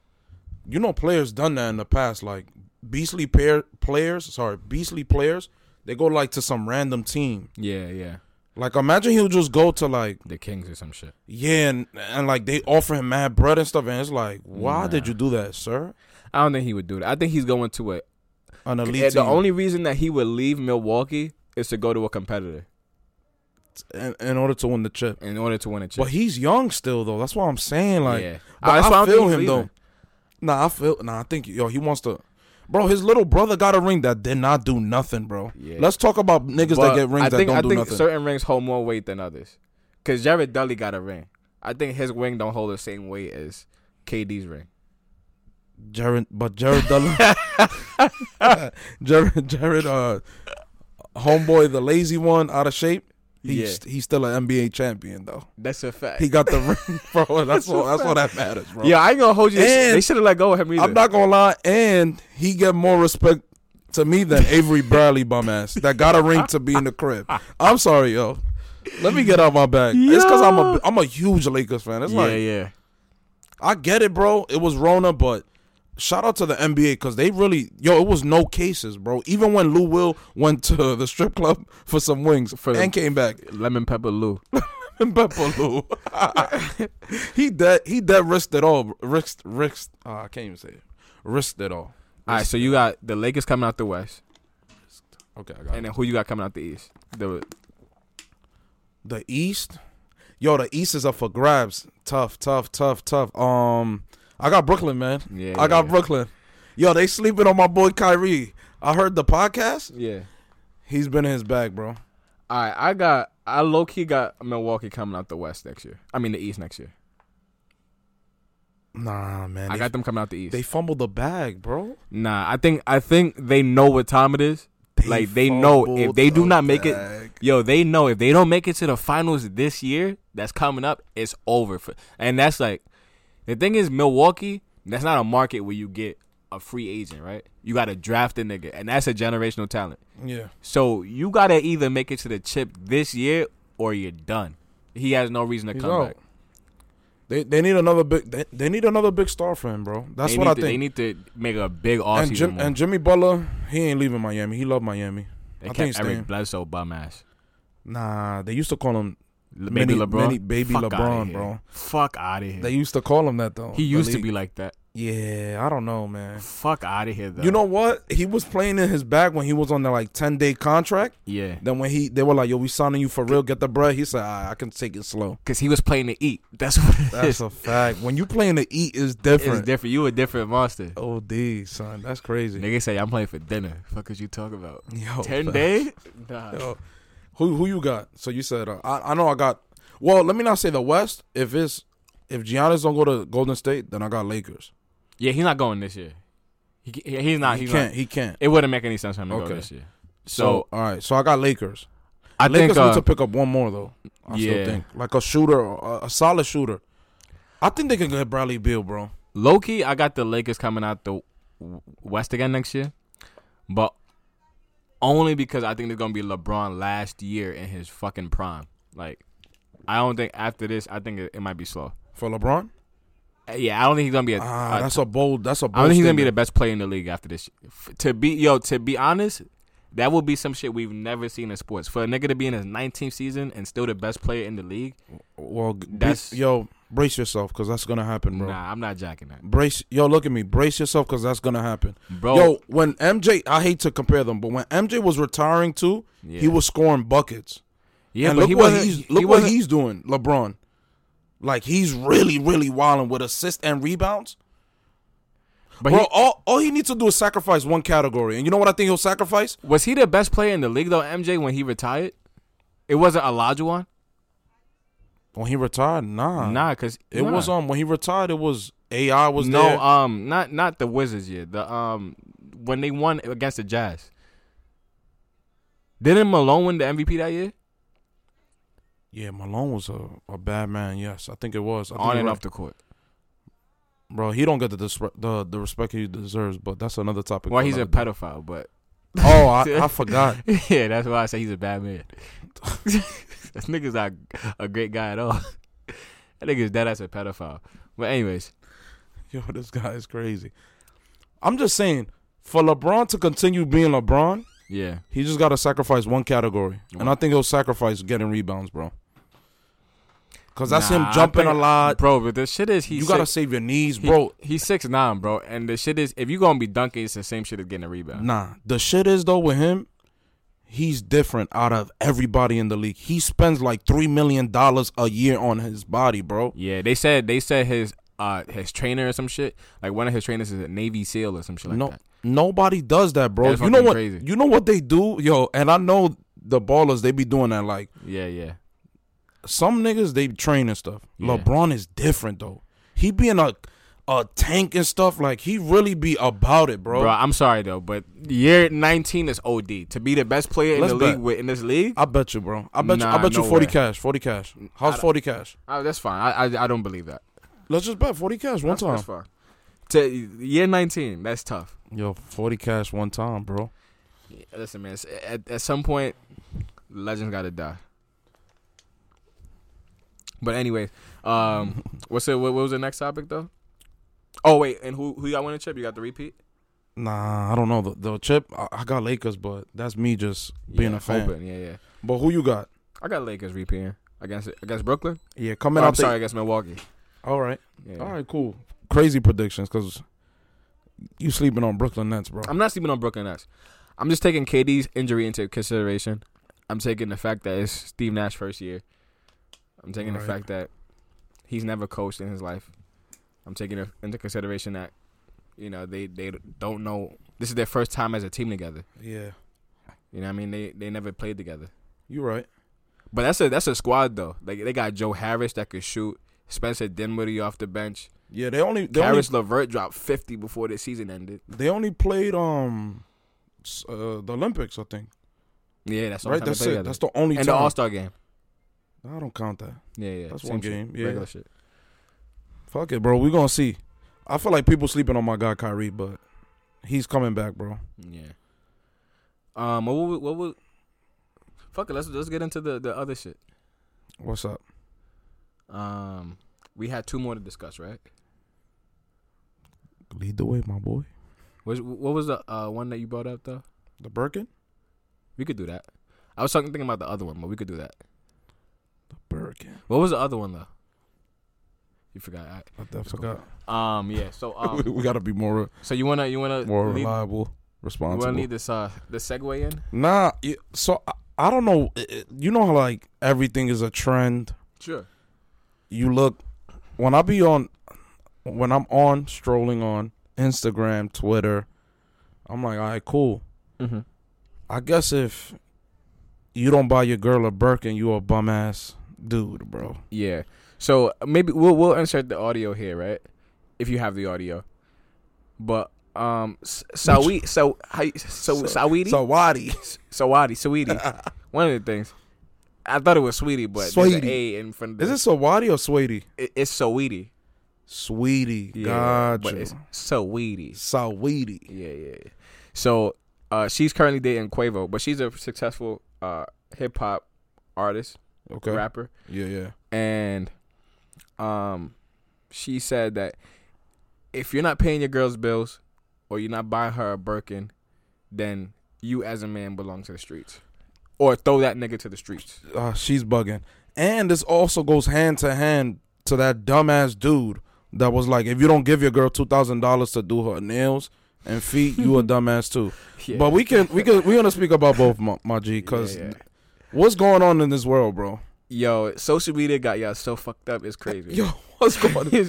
A: you know, players done that in the past, like beastly pair, players. Sorry, beastly players. They go like to some random team.
B: Yeah, yeah.
A: Like, imagine he'll just go to like.
B: The Kings or some shit.
A: Yeah, and, and like they offer him mad bread and stuff, and it's like, why
B: Nah.
A: did you do that, sir?
B: I don't think he would do that. I think he's going to a
A: An elite
B: the
A: team,
B: only reason that he would leave Milwaukee is to go to a competitor
A: in, in order to win the chip.
B: in order to win a chip.
A: But he's young still, though. That's why I'm saying, like,
B: yeah.
A: but
B: that's
A: I
B: why don't
A: feel
B: think he's
A: him, though.
B: leaving.
A: nah, I feel, nah, I think yo, he wants to, bro. His little brother got a ring that did not do nothing, bro.
B: Yeah.
A: Let's talk about niggas
B: But
A: that get rings
B: I
A: that
B: think,
A: don't
B: I
A: do
B: think
A: nothing.
B: certain rings hold more weight than others. Because Jared Dudley got a ring. I think his ring don't hold the same weight as KD's ring.
A: Jared, but Jared Dudley, Jared, Jared, uh, homeboy, the lazy one, out of shape. He's he's still an NBA champion though.
B: that's a fact.
A: He got the ring, bro. That's all. That's all that matters, bro.
B: yeah, I ain't gonna hold you.
A: And-
B: they should have let go of him either.
A: I'm not gonna lie, and he get more respect to me than Avery Bradley bum ass that got a ring to be in the crib. I'm sorry, yo. Let me get out my back. It's because I'm a
B: Yo.
A: I'm a huge Lakers fan. It's
B: yeah,
A: like
B: yeah.
A: I get it, bro. It was Rona, but shout out to the NBA because they really yo. It was no cases, bro. Even when Lou Will went to the strip club for some wings
B: For the-
A: and came back,
B: Lemon pepper Lou.
A: Mbappe Lou, he dead he dead risked it all, risked risked. Uh, I can't even say it. Risked it all.
B: All right, so you got the Lakers coming out the West,
A: Okay, I got it.
B: and then who you got coming out the East? The
A: The East, yo, the East is up for grabs. Tough, tough, tough, tough. Um, I got Brooklyn, man.
B: yeah,
A: I got
B: yeah.
A: Brooklyn. Yo, they sleeping on my boy Kyrie. I heard the podcast.
B: Yeah.
A: He's been in his bag, bro.
B: All right, I got I low key got Milwaukee coming out the West next year. I mean the East next year.
A: Nah, man.
B: I
A: they,
B: got them coming out the East.
A: they fumbled the bag, bro.
B: nah, I think I think they know what time it is. Like, they know if
A: fumbled
B: they do
A: the
B: not make it-
A: bag.
B: Yo, they know if they don't make it to the finals this year, that's coming up, it's over for. And that's like the thing is Milwaukee, that's not a market where you get a free agent, right? You got to draft a nigga, and that's a generational talent.
A: yeah,
B: So you got to either make it to the chip this year or you're done. He has no reason to
A: he's
B: come
A: out.
B: back.
A: They they need another big they, they need another big star for him, bro. That's
B: They
A: what
B: need
A: I
B: to- They
A: think.
B: need to make a big offseason
A: And Jim
B: move.
A: and Jimmy Butler, he ain't leaving Miami. He love Miami. I
B: they
A: think
B: kept
A: he's
B: Eric
A: staying.
B: Bledsoe bum ass.
A: Nah, they used to call him
B: L- Baby
A: Mini-
B: LeBron,
A: mini baby
B: Fuck outta
A: LeBron,
B: here.
A: bro.
B: Fuck out of here.
A: They used to call him that though.
B: he
A: The
B: used to
A: league.
B: be like that.
A: Yeah, I don't know, man.
B: Fuck out of here, though.
A: You know what? He was playing in his bag when he was on the like ten day contract.
B: yeah,
A: Then when he they were like, "Yo, we signing you for real. Get the bread." He said, "Ah, "I can take it slow."
B: because he was playing to eat. That's what it
A: That's
B: is.
A: a fact. When you playing to eat is different. Oh,
B: It's different. You a different monster.
A: Od son, that's crazy.
B: Nigga say I'm playing for dinner. Fuck is you talking about?
A: Yo,
B: Ten
A: fam.
B: day? Nah.
A: Oh, Yo, who who you got? So you said uh, I I know I got. Well, let me not say the West. If it's if Giannis don't go to Golden State, then I got Lakers.
B: Yeah, he's not going this year. He, he- he's not.
A: he
B: He's
A: can't.
B: Not,
A: He can't.
B: it wouldn't make any sense for him to
A: Okay.
B: go this year.
A: So,
B: So,
A: all right. So I got Lakers.
B: I
A: Lakers
B: think uh,
A: need to pick up one more though. I
B: yeah.
A: still think like a shooter, a, a solid shooter. I think they can get Bradley Beal, bro.
B: low key, I got the Lakers coming out the w- West again next year, but only because I think they're gonna be LeBron last year in his fucking prime. Like, I don't think after this, I think it, it might be slow.
A: For LeBron,
B: Uh, Yeah, I don't think he's gonna be a.
A: ah,
B: a-
A: that's a bold. That's a bold.
B: I don't think he's gonna be the
A: statement.
B: best player in the league after this. F- to be yo, to be honest, that will be some shit we've never seen in sports. For a nigga to be in his 19th season and still the best player in the league,
A: Well, g- be-
B: That's-
A: yo, brace yourself because that's gonna happen, bro.
B: nah, I'm not jacking that,
A: Brace, yo, look at me. Brace yourself because that's gonna happen.
B: bro.
A: Yo, when MJ, I hate to compare them, but when MJ was retiring too,
B: yeah,
A: he was scoring buckets.
B: yeah,
A: and
B: but
A: look
B: he
A: what
B: wasn't.
A: he's
B: he
A: look what
B: wasn't-
A: he's doing, LeBron. Like he's really, really wilding with assists and rebounds.
B: but
A: Bro,
B: he-
A: all, all he needs to do is sacrifice one category. And you know what I think he'll sacrifice?
B: Was he the best player in the league though, MJ, when he retired? It wasn't Olajuwon?
A: When he retired, nah.
B: nah, cause
A: It
B: nah.
A: was um when he retired it was AI was
B: no,
A: there.
B: um, not not the Wizards yet. The um, when they won against the Jazz, didn't Malone win the MVP that year?
A: yeah, Malone was a, a bad man, yes. I think it was. I think
B: On
A: you're
B: and
A: right.
B: off the court.
A: Bro, he don't get the, disre- the the respect he deserves, but that's another topic.
B: Well,
A: for
B: he's a
A: another day.
B: pedophile, but
A: Oh, I, I forgot.
B: yeah, that's why I say he's a bad man. this nigga's not a great guy at all. That nigga's dead as a pedophile. But anyways,
A: Yo, this guy is crazy. I'm just saying, for LeBron to continue being LeBron,
B: yeah,
A: he just got to sacrifice one category, and I think he'll sacrifice getting rebounds, bro. Cause that's
B: Nah,
A: him
B: I
A: jumping
B: think-
A: a lot.
B: bro. But the shit is he's
A: you gotta
B: six-
A: save your knees,
B: he-
A: bro.
B: he's six nine, bro. And the shit is, if you gonna be dunking, it's the same shit as getting a rebound.
A: Nah, the shit is though with him, he's different out of everybody in the league. He spends like three million dollars a year on his body, bro.
B: Yeah, they said they said his uh his trainer or some shit. Like one of his trainers is a Navy SEAL or some shit like
A: no,
B: that.
A: nobody does that, bro.
B: That's
A: you know
B: fucking
A: what?
B: crazy.
A: You know what they do, yo. And I know the ballers they be doing that like.
B: Yeah, yeah.
A: some niggas they train and stuff.
B: Yeah.
A: LeBron is different though. He being a a tank and stuff like he really be about it, bro.
B: Bro, I'm sorry though, but year 19 is OD. To be the best player in
A: Let's
B: the
A: bet.
B: league with in this league,
A: I bet you, bro. I bet you.
B: Nah,
A: I bet
B: no
A: you forty
B: way.
A: cash. Forty cash. How's
B: I-
A: forty cash?
B: oh, that's fine. I, I I don't believe that.
A: Let's just bet forty cash one
B: that's, that's
A: time.
B: fine. To year 19, that's tough.
A: Yo, forty cash one time, bro.
B: Yeah, listen, man, it's- at, at some point, legends gotta die. But anyway, um, what's it? What, what was the next topic though? Oh wait, and who who y'all winning chip? You got the repeat.
A: Nah, I don't know the, the chip. I, I got Lakers, but that's me just being
B: Yeah,
A: a fan.
B: hoping. Yeah, yeah.
A: But who you got?
B: I got Lakers repeating against against Brooklyn.
A: Yeah, coming
B: oh,
A: out.
B: I'm
A: the-
B: sorry, against Milwaukee.
A: All right.
B: Yeah.
A: All right. Cool. Crazy predictions, cause you sleeping on Brooklyn Nets, bro.
B: I'm not sleeping on Brooklyn Nets. I'm just taking KD's injury into consideration. I'm taking the fact that it's Steve Nash first year. I'm taking the
A: Right.
B: fact that he's never coached in his life. I'm taking it into consideration that you know they they don't know this is their first time as a team together.
A: yeah,
B: You know what I mean? They they never played together.
A: you right.
B: But that's a that's a squad though. Like they got Joe Harris that could shoot, Spencer Dinwiddie off the bench.
A: Yeah, they only they only
B: Harris Levert dropped 50 before the season ended.
A: They only played um s- uh, the Olympics, I think.
B: Yeah, that's all
A: right, that's it. That's the only
B: and the
A: time.
B: All Star game.
A: I don't count that.
B: Yeah, yeah.
A: That's
B: same
A: one
B: shit.
A: game. Yeah.
B: Regular shit.
A: Fuck it, bro. We gonna see. I feel like people sleeping on my guy Kyrie, but he's coming back, bro.
B: Yeah. Um. What would, what would? Fuck it. Let's let's get into the the other shit.
A: What's up?
B: Um. We had two more to discuss, right?
A: Lead the way, my boy.
B: Was what was the uh one that you brought up though?
A: The Birkin.
B: We could do that. I was talking thinking about the other one, but we could do that.
A: The Birkin.
B: What was the other one though? You forgot. I,
A: I definitely forgot.
B: um, yeah. So,
A: we,
B: um,
A: got to be more
B: so you wanna you wanna
A: more
B: Uh, lead, you
A: reliable, responsible.
B: wanna lead this uh the segue in?
A: Nah, y- so I, I don't know. i- i- You know how like everything is a trend.
B: Sure.
A: You look when I be on when I'm on strolling on Instagram, Twitter. I'm like, all right, cool.
B: Mm-hmm.
A: I guess if you don't buy your girl a Birkin, you a bum ass dude, bro.
B: Yeah. So maybe we'll we'll insert the audio here, right? If you have the audio. But um, S- Sawi, so how you- so
A: So-
B: Saweetie,
A: So Wadi,
B: Sawadi, Saweetie. One of the things. I thought it was sweetie, but there's an
A: Sweetie.
B: A in front of
A: is
B: the-
A: it so Wadi or Sweetie?
B: it- it's Saweetie.
A: Sweetie,
B: Yeah, but it's
A: gotcha.
B: Saweetie.
A: Saweetie.
B: Yeah, yeah. yeah. So uh, she's currently dating Quavo, but she's a successful uh, hip hop artist,
A: Okay.
B: rapper.
A: Yeah, yeah.
B: and um, she said that if you're not paying your girl's bills or you're not buying her a Birkin, then you as a man belong to the streets, or throw that nigga to the streets.
A: uh, she's bugging. And this also goes hand to hand to that dumbass dude that was like, if you don't give your girl two thousand dollars to do her nails and feet, you a dumbass too.
B: Yeah.
A: But we can we can we gonna speak about both, my, my G, because
B: Yeah, yeah.
A: what's going on in this world, bro?
B: yo, social media got y'all so fucked up. It's crazy.
A: Yo, what's going?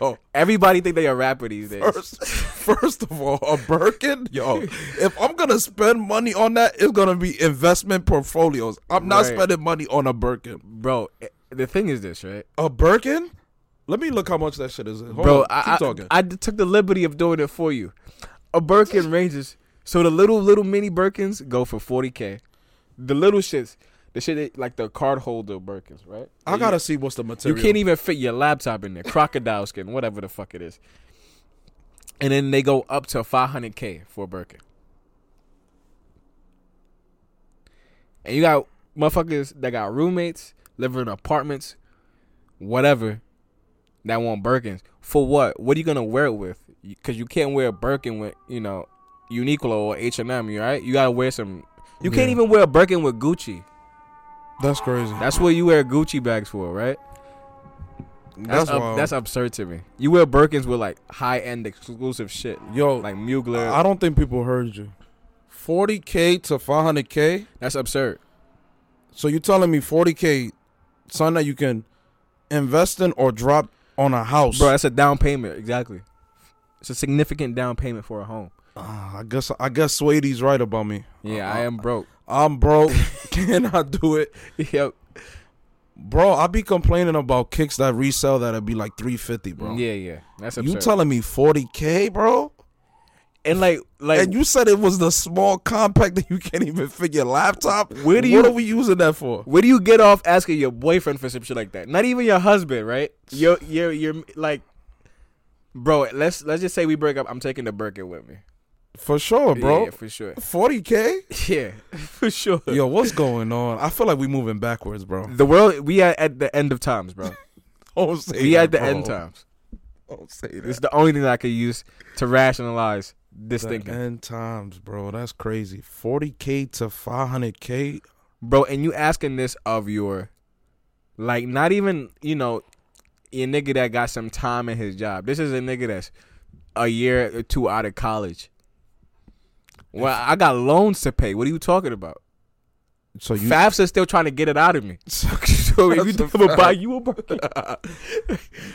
A: yo,
B: Everybody think they a rapper these days.
A: first, first of all, a Birkin, yo. If I'm gonna spend money on that, it's gonna be investment portfolios. I'm not
B: Right.
A: spending money on a Birkin.
B: Bro, eh, the thing is this, right?
A: A Birkin? Let me look how much that shit is. Hold
B: Bro,
A: on.
B: I,
A: keep
B: I,
A: talking.
B: I d- took the liberty of doing it for you. A Birkin ranges. So the little little mini Birkins go for forty k. The little shits, the shit that- like the card holder Birkins, right?
A: I
B: You-
A: gotta see what's the
B: You
A: material.
B: can't even fit your laptop in there. Crocodile skin, whatever the fuck it is. And then they go up to five hundred k for a Birkin. And you got motherfuckers that got roommates, live in apartments, whatever, that want Birkins. For what? What are you gonna wear it with? Because you can't wear a Birkin with you know Uniqlo or H and M. You right? You gotta wear some. You can't
A: Yeah.
B: even wear a Birkin with Gucci.
A: That's crazy.
B: That's what you wear Gucci bags for, right?
A: That's
B: That's that's,
A: wild.
B: that's absurd to me. You wear Birkins with like high end exclusive shit,
A: yo.
B: like Mugler.
A: I don't think people heard you. Forty k to five hundred k.
B: that's absurd.
A: So you telling me forty k, son, that you can invest in or drop on a house?
B: Bro, that's a down payment. Exactly. It's a significant down payment for a home.
A: Ah, I guess I guess Swady's right about me.
B: Yeah,
A: Uh,
B: I am broke.
A: I'm broke. cannot do it,
B: yep.
A: bro. I be complaining about kicks that resell that'll be like three fifty, bro.
B: Yeah, yeah. That's absurd.
A: You telling me forty k, bro?
B: and like like
A: and you said it was the small compact that you can't even fit your laptop.
B: Where do
A: What
B: you-
A: are we using that for?
B: where do you get off asking your boyfriend for some shit like that? Not even your husband, right? You're you're you're like Bro, let's let's just say we break up. I'm taking the Birkin with me.
A: For sure, bro.
B: Yeah, for sure.
A: Forty k.
B: Yeah, for sure.
A: Yo, what's going on? I feel like we moving backwards, bro.
B: The world we are at the end of times, bro.
A: Don't say
B: We
A: that,
B: at the
A: bro.
B: end times.
A: Don't say that.
B: It's the only thing I could use to rationalize this
A: The
B: thinking,
A: end times, bro. That's crazy. Forty k to five hundred k.
B: bro. And you asking this of your, like, not even you know, your nigga that got some time in his job. This is a nigga that's a year or two out of college. Well, I got loans to pay. What are you talking about?
A: So you.
B: FAFSA's still trying to get it out of me. So if you
A: That's a
B: never
A: fact.
B: buy you a Birkin,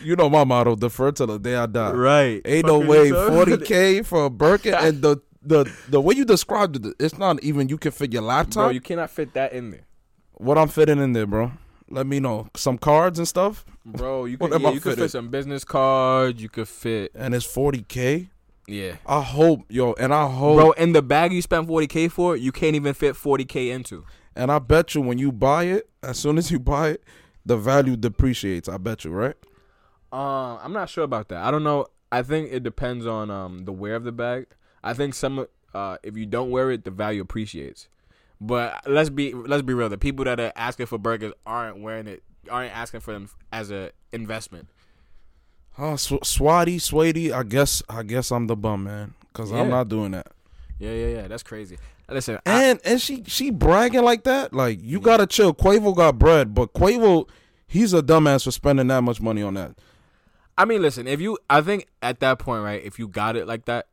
A: you know my motto: defer till the day I die.
B: right?
A: Ain't no
B: Fuck
A: way.
B: you talking
A: Forty
B: about?
A: k for a Birkin, and the the the way you described it, it's not even you can fit your
B: Bro,
A: laptop.
B: you cannot fit that in there,
A: what I'm fitting in there, bro? Let me know some cards and stuff.
B: bro. You
A: What
B: could,
A: am
B: yeah,
A: I
B: you could
A: fitting?
B: fit some business cards. You could fit,
A: And it's forty k.
B: yeah.
A: I hope, yo, and I hope,
B: Bro, and the bag you spent 40k for, you can't even fit 40k into.
A: and I bet you when you buy it, as soon as you buy it, the value depreciates. I bet you, right?
B: Um, I'm not sure about that. I don't know. I think it depends on um the wear of the bag. I think some uh if you don't wear it, the value appreciates. But let's be let's be real. The people that are asking for burgers aren't wearing it. Aren't asking for them as a investment.
A: Oh, sw- swatty, sweaty. I guess, I guess I'm the bum man, cause I'm
B: Yeah.
A: not doing that.
B: Yeah, yeah, yeah. That's crazy. Listen, I,
A: And and she she bragging like that. Like you gotta chill. Quavo got bread, but Quavo, he's a dumbass for spending that much money on that.
B: I mean, listen. If you, I think at that point, right? If you got it like that,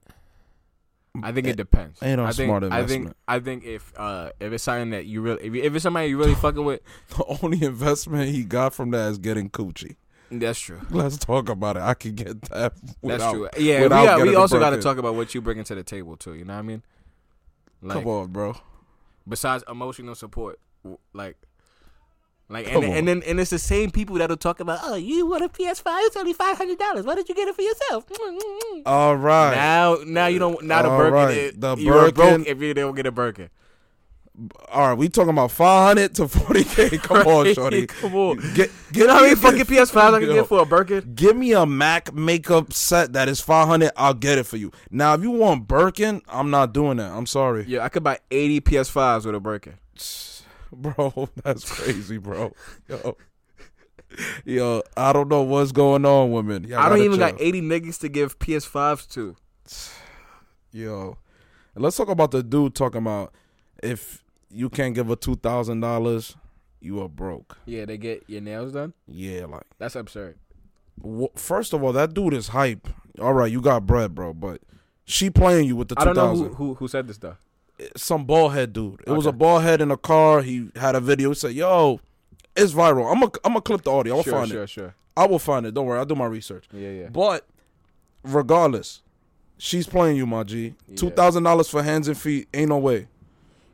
B: I think it, depends.
A: ain't no
B: I think,
A: smart
B: I think
A: investment.
B: I think if uh if it's something that you really if, you- if it's somebody you really fucking with,
A: The only investment he got from that is getting coochie.
B: that's true.
A: Let's talk about it. I can get that. Without,
B: that's true. Yeah, we,
A: without
B: got, we
A: getting
B: also
A: the
B: got to
A: bracket.
B: talk about what you bringing to the table too. You know what I mean? Like
A: Come on, bro.
B: besides emotional support, w- like. Like
A: Come
B: and,
A: on.
B: and then and it's the same people that'll talk about oh you want a PS Five it's only five hundred dollars why did you get it for yourself
A: All right.
B: now now you don't now the
A: All
B: Birkin
A: right.
B: is-
A: The
B: you're
A: Birkin-
B: broke if you don't get a Birkin
A: All right. We talking about five hundred to forty k. Come on, shorty.
B: come on
A: Get
B: you
A: get
B: know how
A: me
B: many
A: a-
B: fucking PS Fives I can
A: Yo.
B: get for a Birkin
A: Give me a Mac makeup set that is five hundred. I'll get it for you. Now, if you want Birkin, I'm not doing that. I'm sorry,
B: Yeah, I could buy 80 PS5s with a Birkin.
A: bro. That's crazy, bro. Yo, yo, I don't know what's going on, women. Y'all
B: I don't
A: gotta
B: even
A: chill.
B: got 80 niggas to give PS5s to.
A: Yo, And let's talk about the dude talking about if you can't give a two thousand dollars, you are broke.
B: Yeah, they get your nails done.
A: Yeah, like
B: That's absurd.
A: wh- first of all, that dude is hype. All right, you got bread, bro, but she playing you with the
B: I
A: two
B: don't know who,
A: thousand.
B: who who said this stuff.
A: Some bald head dude. It was a
B: Okay.
A: bald head in a car. He had a video. He said, "Yo, it's viral. I'm a I'm a clip the audio. I'll
B: sure,
A: find
B: sure,
A: it.
B: sure.
A: I will find it. Don't worry. I'll do my research."
B: Yeah, yeah.
A: But regardless, she's playing you, my G.
B: Yeah.
A: Two thousand dollars for hands and feet. Ain't no way.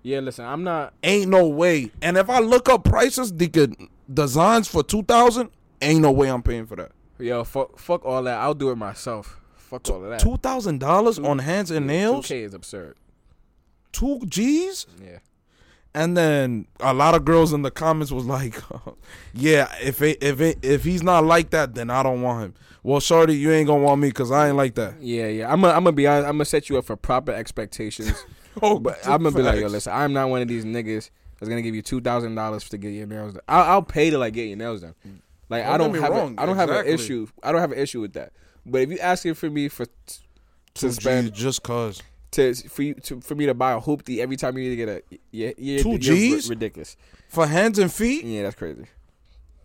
B: Yeah, listen, I'm not
A: ain't no way. And if I look up prices, they could designs for two thousand. Ain't no way I'm paying for that.
B: yo, fuck fuck all that. I'll do it myself. Fuck all of that.
A: Two thousand dollars on hands and nails,
B: 2K is absurd.
A: two G's,
B: Yeah.
A: and then a lot of girls in the comments was like, "Yeah, if it, if it, if he's not like that, then I don't want him." Well, shorty, you ain't gonna want me because I ain't like that.
B: Yeah, yeah. I'm gonna I'm gonna be honest. I'm gonna set you up for proper expectations.
A: Oh,
B: But I'm gonna be like, yo, listen, I'm not one of these niggas that's gonna give you two thousand dollars to get your nails done. I'll, I'll pay to like get your nails done. Like
A: Don't
B: I
A: get
B: don't
A: me
B: have,
A: wrong,
B: a, I don't have an
A: exactly.
B: issue. I don't have an issue with that. But if you asking for me for t-
A: two
B: to
A: G's
B: spend
A: just cause.
B: to for you to for me to buy a hoopty every time you need to get a yeah yeah
A: Two
B: you're
A: Gs?
B: ri- ridiculous.
A: For hands and feet,
B: Yeah, that's crazy,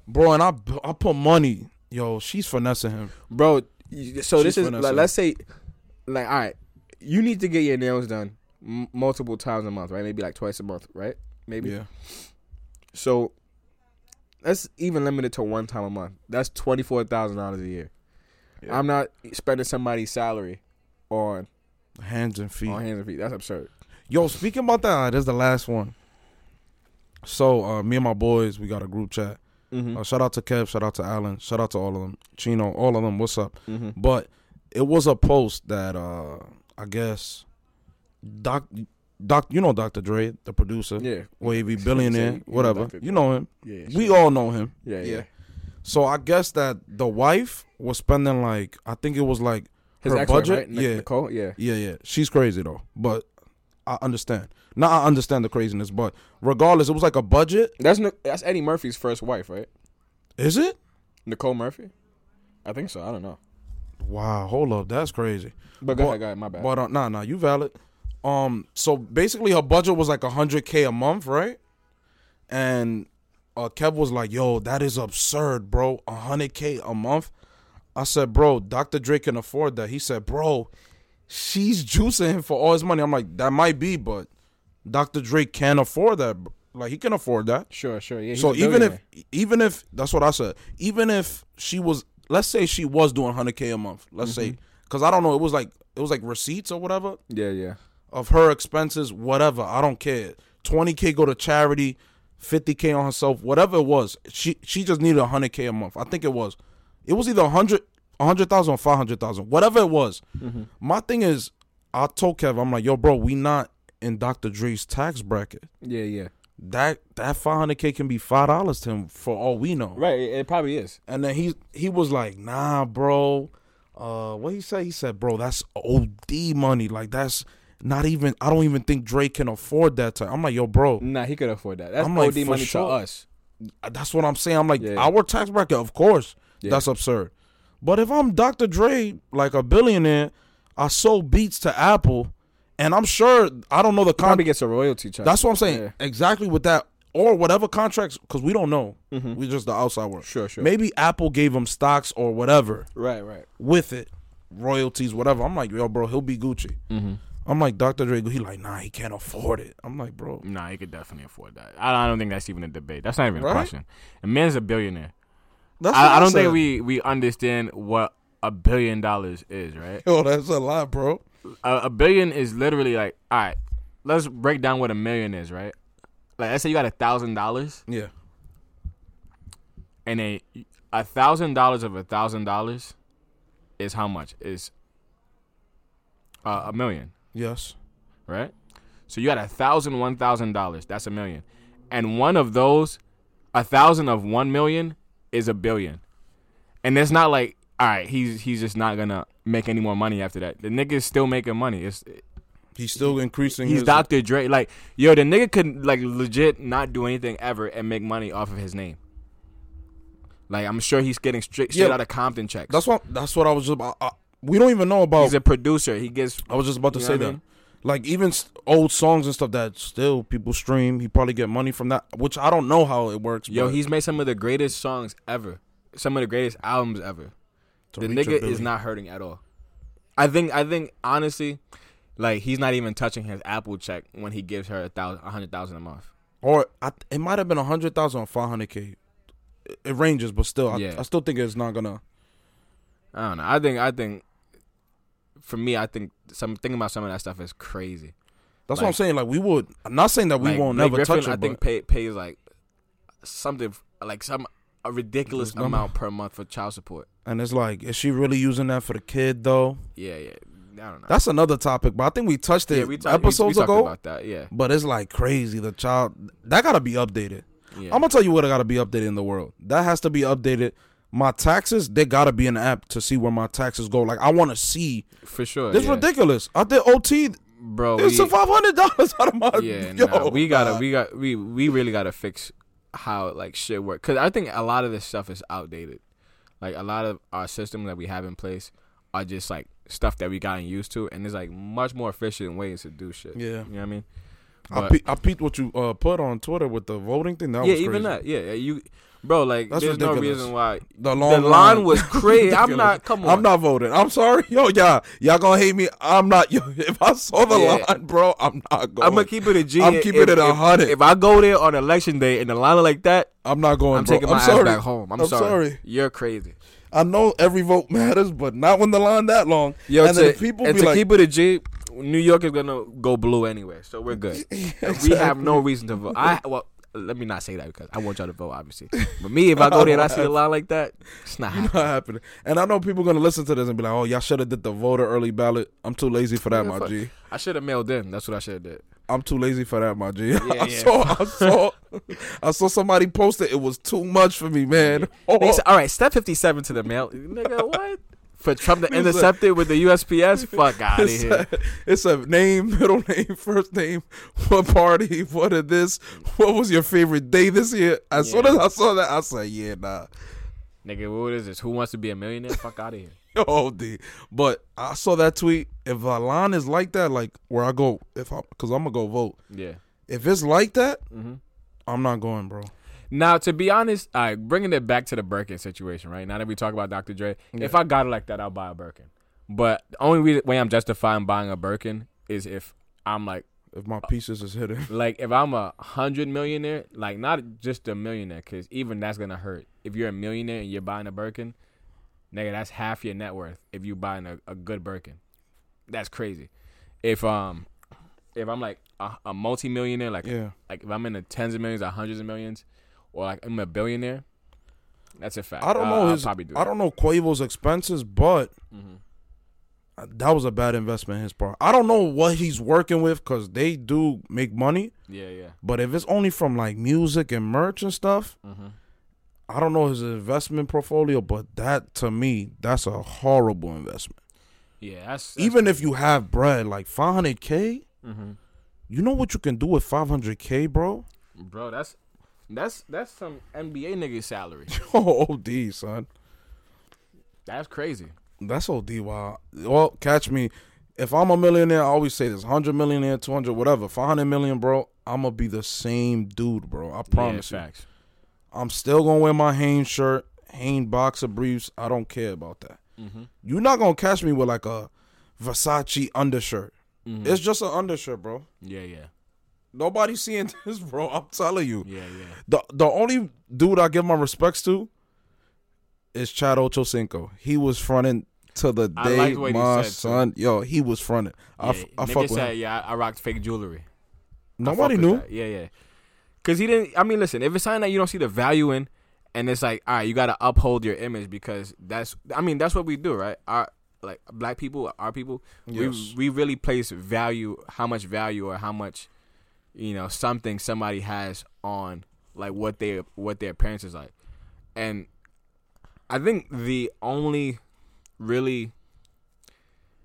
A: bro, and I I put money. Yo, she's finessing him.
B: bro. you- So
A: She's
B: this is
A: finessing.
B: like, let's say, like, all right, you need to get your nails done m- multiple times a month, right? Maybe like twice a month, right? Maybe.
A: Yeah,
B: So that's even limited to one time a month. That's twenty four thousand dollars a year.
A: Yeah.
B: I'm not spending somebody's salary on
A: hands and feet.
B: on hands and feet. That's absurd.
A: Yo, speaking about that, alright, this is the last one. So, uh, me and my boys, we got a group chat.
B: Mm-hmm.
A: Uh, shout out to Kev, shout out to Allen, shout out to all of them, Chino, all of them. What's up?
B: Mm-hmm.
A: But it was a post that uh, I guess Doc, Doc, you know Dr. Dre, the producer,
B: Yeah.
A: wavy billionaire,
B: Yeah,
A: whatever.
B: Dr. Dre.
A: You know him.
B: Yeah.
A: We
B: sure.
A: all know him.
B: Yeah. Yeah.
A: yeah. So I guess that the wife was spending like I think it was like
B: His
A: Her
B: ex-wife,
A: budget?
B: Right? Nic-
A: Yeah.
B: Nicole. Yeah.
A: yeah, yeah. She's crazy though, but I understand. Now I understand the craziness, but regardless, it was like a budget.
B: That's Nic- that's Eddie Murphy's first wife, right?
A: Is it?
B: Nicole Murphy. I think so. I don't know.
A: Wow, hold up, that's crazy.
B: But go
A: But-
B: ahead, go ahead. My bad.
A: But uh, nah, nah, you valid. Um, so basically, her budget was like hundred k a month, right? And uh, Kev was like, "Yo, that is absurd, bro. hundred k a month." I said, "Bro, Dr. Dre can afford that." He said, "Bro, she's juicing him for all his money." I'm like, "That might be, but Dr. Dre can afford that. bro. Like, he can afford that."
B: sure. Sure. Yeah. he's
A: So
B: a
A: even if
B: billionaire.
A: even if that's what I said, even if she was, let's say she was doing hundred k a month, let's say,
B: Mm-hmm.
A: because I don't know, it was like it was like receipts or whatever
B: yeah, yeah.
A: of her expenses, whatever. I don't care. Twenty k go to charity, fifty k on herself, whatever it was. She she just needed hundred k a month. I think it was, it was either hundred. 100,000 or 500,000, whatever it was.
B: Mm-hmm.
A: My thing is, I told Kev, I'm like, yo, bro, we not in Dr. Dre's tax bracket
B: Yeah. Yeah.
A: that that 500k can be five dollars to him for all we know
B: Right. It, it probably is.
A: and then he he was like nah bro uh what he say he said bro that's od money like that's not even i don't even think drake can afford that time i'm like yo bro
B: Nah, he could afford that. That's
A: I'm like,
B: OD
A: for
B: money
A: sure.
B: to us.
A: that's what i'm saying i'm like
B: Yeah.
A: our tax bracket of course
B: Yeah.
A: that's absurd but if i'm dr dre like a billionaire i sold beats to apple and i'm sure i don't know the
B: Probably
A: con-
B: gets a royalty check.
A: that's what i'm saying
B: Yeah.
A: exactly with that or whatever contracts because we don't know.
B: Mm-hmm.
C: Mhm.
A: We just the outside world.
C: Sure, sure.
A: Maybe Apple gave him stocks or whatever
C: Right, right.
A: with it, royalties, whatever. I'm like, yo, bro, he'll be Gucci.
B: Mm-hmm.
A: I'm like, Dr. Dre. He like, nah, he can't afford it. I'm like, bro,
B: Nah, he could definitely afford that. I, I don't think that's even a debate. That's not even
A: Right?
B: a question. A man's a billionaire.
A: that's what
B: I, I don't
A: said.
B: think we we understand what a billion dollars is, right?
A: Yo, that's a lot, bro.
B: a, a billion is literally like all right let's break down what a million is right like let's say you got a thousand dollars
A: Yeah,
B: and a a thousand dollars of a thousand dollars is how much is uh, a million
A: yes,
B: right so you got a thousand one thousand dollars that's a million and one of those a thousand of one million is a billion and it's not like all right he's he's just not gonna make any more money after that the nigga's still making money it's
A: he's still increasing.
B: He's
A: his,
B: Dr. Dre. Like, yo, the nigga could like legit not do anything ever and make money off of his name. Like, I'm sure he's getting straight straight
A: Yeah.
B: out of Compton checks.
A: That's what. That's what I was just. about. I, we don't even know about.
B: he's a producer. He gets
A: I was just about to
B: You know
A: say
B: what I
A: that.
B: mean?
A: Like even s- old songs and stuff that still people stream. He probably get money from that, which I don't know how it works.
B: yo.
A: but
B: He's made some of the greatest songs ever. Some of the greatest albums ever.
A: to
B: the
A: reach a
B: nigga is
A: billion.
B: not hurting at all. I think. I think honestly, like he's not even touching his Apple check when he gives her a thousand, a hundred thousand a month.
A: or I, th- it might have been a hundred thousand or five hundred k. It- It ranges, but still, I,
B: Yeah.
A: I still think it's not gonna.
B: I don't know. I think. I think. For me, I think some thinking about some of that stuff is crazy.
A: That's what I'm
B: Like-
A: saying. Like we would. I'm not saying that we
B: Like,
A: won't
B: Blake
A: never
B: Griffin,
A: touch it.
B: I think pay, pays like something like some a ridiculous
A: This number.
B: amount per month for child support.
A: but, and it's like, is she really using that for the kid though?
B: Yeah, yeah. I don't know.
A: That's another topic, but I think we touched it
B: yeah, we talked- we-
A: episodes
B: we talked
A: ago.
B: about that. Yeah,
A: but it's like crazy. The child that gotta be updated.
B: yeah.
A: I'm gonna tell you what I gotta be updated in the world. That has to be updated. My taxes, they gotta be an app to see where my taxes go. Like I want to see.
B: for sure.
A: This
B: Oh, yeah.
A: ridiculous. I did OT.
B: bro.
A: It's
B: we,
A: five hundred dollars out of my.
B: yeah,
A: yo,
B: nah, we gotta,
A: nah.
B: we got, we we really gotta fix how like shit work. Cause I think a lot of this stuff is outdated. Like a lot of our systems that we have in place are just like stuff that we gotten used to, and there's like much more efficient ways to do shit.
A: Yeah.
B: you know what I mean.
A: I,
B: But-
A: pe- I peeped what you uh, put on Twitter with the voting thing. That
B: yeah,
A: was crazy.
B: even that. Yeah, yeah, you, bro. Like,
A: That's
B: there's no
A: ridiculous.
B: reason why
A: The long
B: the line
A: line.
B: was crazy. I'm not. Come on.
A: I'm not voting. I'm sorry, yo, y'all, y'all gonna hate me. I'm not. Yo, if I saw the
B: Yeah.
A: line, bro, I'm not going.
B: I'm
A: I'm,
B: gonna keep it a G.
A: I'm
B: If-
A: keeping
B: if-
A: it a
B: if-
A: hundred.
B: If, I go there on election day and the line like that,
A: not going.
B: I'm
A: bro.
B: taking my
A: I'm
B: ass
A: sorry.
B: back home. I'm,
A: I'm
B: sorry.
A: sorry.
B: You're crazy.
A: I know every vote matters, but not when the line that long.
B: Yo,
A: and
B: to,
A: then the people
B: and
A: be
B: to
A: like,
B: keep it a G, New York is gonna go blue anyway, so we're good. We have no reason to vote. I well. Let me not say that because I want y'all to vote, obviously. But me, if I go there and I
A: Oh.
B: see a line like that, it's not happening.
A: not happening. And I know people gonna listen to this and be like, "Oh, y'all should have did the voter early ballot." I'm too lazy for that,
B: Yeah,
A: my
B: fuck.
A: G.
B: I should have mailed in. That's what I should have did.
A: I'm too lazy for that, my G. I
B: Yeah, yeah.
A: saw, I saw, I saw somebody post it. It was too much for me, man. Oh,
B: They said, all right, step 57 to the mail. Nigga, what? For Trump to
A: He said-
B: intercept it with the USPS? Fuck out of
A: it's,
B: here.
A: a, it's a name, middle name, first name, what party, what of this, what was your favorite day this year? As soon
B: Yeah.
A: as I saw that, I said, "Yeah, nah."
B: Nigga, what is this? Who wants to be a millionaire? Fuck out of here.
A: Yo, D. But I saw that tweet. If a line is like that, like where I go, if I, cause I'm gonna go vote.
B: Yeah.
A: If it's like that,
B: Mhm.
A: I'm not going, bro.
B: Now, to be honest, all right, bringing it back to the Birkin situation, right? Now that we talk about Dr. Dre, if I got it like that, I'll buy a Birkin. But the only re- way I'm justifying buying a Birkin is if I'm like,
A: If my pieces is hidden,
B: like if I'm a hundred millionaire, like not just a millionaire, because even that's gonna hurt. If you're a millionaire and you're buying a Birkin, nigga, that's half your net worth. If you buying a, a good Birkin, that's crazy. If um, if I'm like a, a multi-millionaire, like
A: yeah,
B: like if I'm in the tens of millions, or hundreds of millions, or like I'm a billionaire, that's a fact.
A: I don't
B: Uh,
A: know
B: I'll
A: his.
B: probably do
A: I don't know Quavo's expenses, but uh,
B: Mhm.
A: that was a bad investment on his part. I don't know what he's working with because they do make money,
B: Yeah, yeah.
A: but if it's only from like music and merch and stuff,
B: Mm-hmm.
A: I don't know his investment portfolio. But that to me, that's a horrible investment.
B: Yeah, that's,
A: Even if you have bread, like 500k,
B: hmm
A: You know what you can do with 500k, bro?
B: bro, that's that's that's some NBA nigga salary.
A: Oh, OD, son.
B: That's crazy.
A: That's OD wild. Well, catch me. If I'm a millionaire, I always say this: 100 millionaire, 200, whatever, 500 million, bro. I'm gonna be the same dude, bro. I promise
B: yeah,
A: you.
B: facts.
A: I'm still gonna wear my Hanes shirt, Hanes boxer briefs. I don't care about that.
B: Mhm.
A: You're not gonna catch me with like a Versace undershirt.
B: Mhm.
A: It's just an undershirt, bro.
B: yeah, yeah,
A: Nobody's seeing this, bro. I'm telling you.
B: yeah, yeah.
A: The the only dude I give my respects to is Chad Ochocinco. He was fronting to the
B: I
A: day
B: like what he
A: my
B: said, too.
A: son. Yo, he was fronting. I, f-
B: yeah.
A: I
B: Nigga
A: fuck with
B: said,
A: him.
B: yeah, I I rocked fake jewelry. I fuck
A: Nobody
B: with
A: knew.
B: that. Yeah, yeah. Cause he didn't. I mean, listen. If it's something that you don't see the value in, and it's like, all right, you gotta uphold your image because that's. I mean, that's what we do, right? Our like black people, our people,
A: Yes.
B: we we really place value, how much value or how much, you know, something somebody has on like what they what their appearance is like, and I think the only really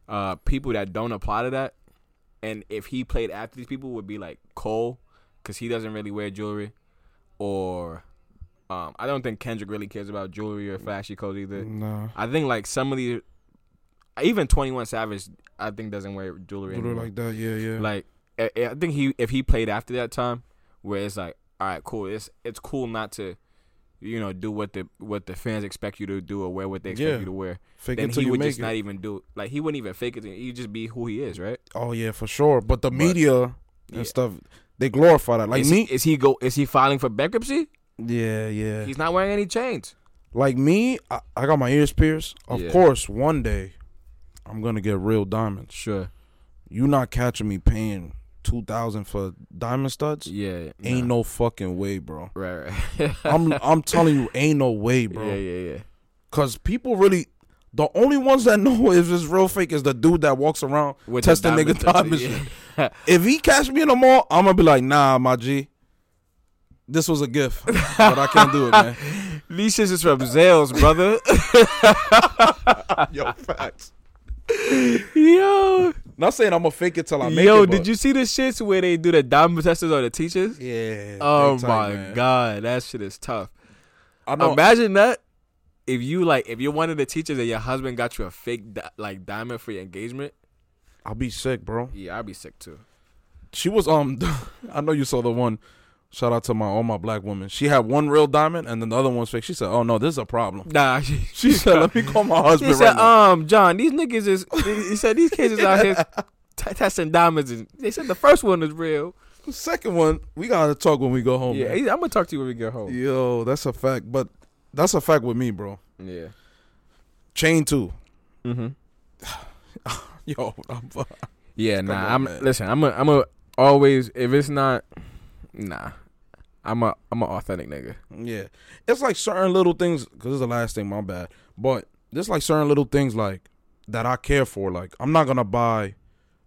B: uh people that don't apply to that and if he played after these people would be like Cole cuz he doesn't really wear jewelry or um I don't think Kendrick really cares about jewelry or flashy clothes either.
A: Nah.
B: I think like some of the even 21 Savage I think doesn't wear jewelry
A: Put it
B: anymore.
A: like that. Yeah, yeah.
B: Like I, I think he if he played after that time where it's like all right cool it's it's cool not to you know do what the what the fans expect you to do or wear what they expect
A: Yeah.
B: you to wear
A: Fake
B: then
A: it till
B: he
A: you
B: would
A: make
B: just
A: it.
B: not even do like he wouldn't even fake it he'd just be who he is right
A: oh yeah, for sure. But the
B: But-
A: media and
B: Yeah.
A: stuff, they glorify that. Like
B: is
A: me.
B: he, is he go is he filing for bankruptcy
A: yeah, yeah.
B: he's not wearing any chains
A: like me, I, I got my ears pierced. Of
B: Yeah.
A: course, one day I'm gonna get real diamonds.
B: sure
A: You not catching me paying two thousand for diamond studs?
B: yeah
A: Ain't no fucking way, bro.
B: no right right
A: I'm I'm telling you, ain't no way, bro.
B: yeah yeah yeah
A: Cause people really, the only ones that know if it's real fake is the dude that walks around
B: With the
A: testing nigga
B: diamond tester,
A: diamonds.
B: yeah.
A: If he catch me in the mall, I'm gonna be like, nah, my G. This was a gift, but I can't do it, man.
B: these shits is from Zales brother
A: Yo, facts.
B: yo
A: Not saying I'm gonna fake it till I make
B: yo
A: it.
B: did you see the shits where they do the diamond testers or the teachers
A: Yeah.
B: oh
A: big time,
B: my
A: man.
B: god that shit is tough
A: I know.
B: imagine that if you like if you're one of the teachers and your husband got you a fake di- like diamond for your engagement
A: I'll be sick, bro.
B: yeah i'd be sick too
A: She was um. I know you saw the one. Shout out to my all my black women. She had one real diamond and then the other one's fake. She said, "Oh no, this is a problem."
B: nah
A: She said, "Let me call my
B: He
A: husband
B: said,
A: right now."
B: um, John, these niggas is. He said these kids is out here t- testing diamonds. And they said the first one is real.
A: The second one, we gotta talk when we go home.
B: uh, yeah,
A: man.
B: I'm gonna talk to you when we get home.
A: Yo, that's a fact. But that's a fact with me, bro.
B: Yeah.
A: Chain two.
B: Mm-hmm.
A: Yo, I'm,
B: Yeah. Nah.
A: on,
B: I'm.
A: man.
B: Listen. I'm. A, I'm a always. If it's not. Nah. I'm a. I'm an authentic nigga.
A: yeah. It's like certain little things. Cause it's the last thing. My bad. But there's like certain little things like that I care for. Like I'm not gonna buy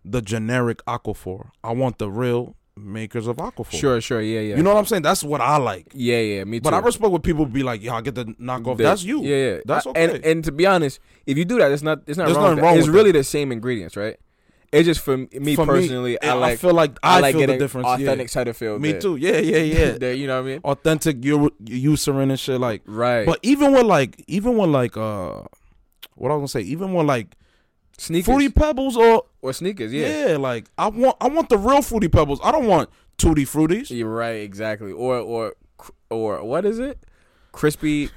A: the generic Aquaphor. I want the real makers of Aquaphor.
B: Sure. Sure. Yeah. Yeah.
A: You know what I'm saying? That's what I like.
B: Yeah. Yeah. Me too.
A: But I respect what people be like. Yeah, I get the knockoff.
B: The-
A: That's you.
B: Yeah. yeah.
A: That's
B: I-
A: okay.
B: and and to be honest, if you do that, it's not. It's not
A: There's
B: wrong. with
A: nothing
B: that.
A: wrong
B: It's
A: with
B: really the same ingredients, right? It's just for m- me
A: For
B: personally. I
A: it-
B: like.
A: I feel like I,
B: like
A: feel the
B: getting
A: difference. yeah.
B: Authentic Sutterfield.
A: Me
B: there.
A: too. Yeah, yeah, yeah.
B: there, you know what I mean?
A: authentic you userin and shit like
B: Right.
A: but even with like even with like uh what I was gonna say even with like
B: sneakers
A: fruity pebbles or
B: or sneakers, yeah.
A: yeah. like I want I want the real fruity pebbles I don't want tutti fruities
B: You're right, exactly. Or or cr- or what is it? Crispy,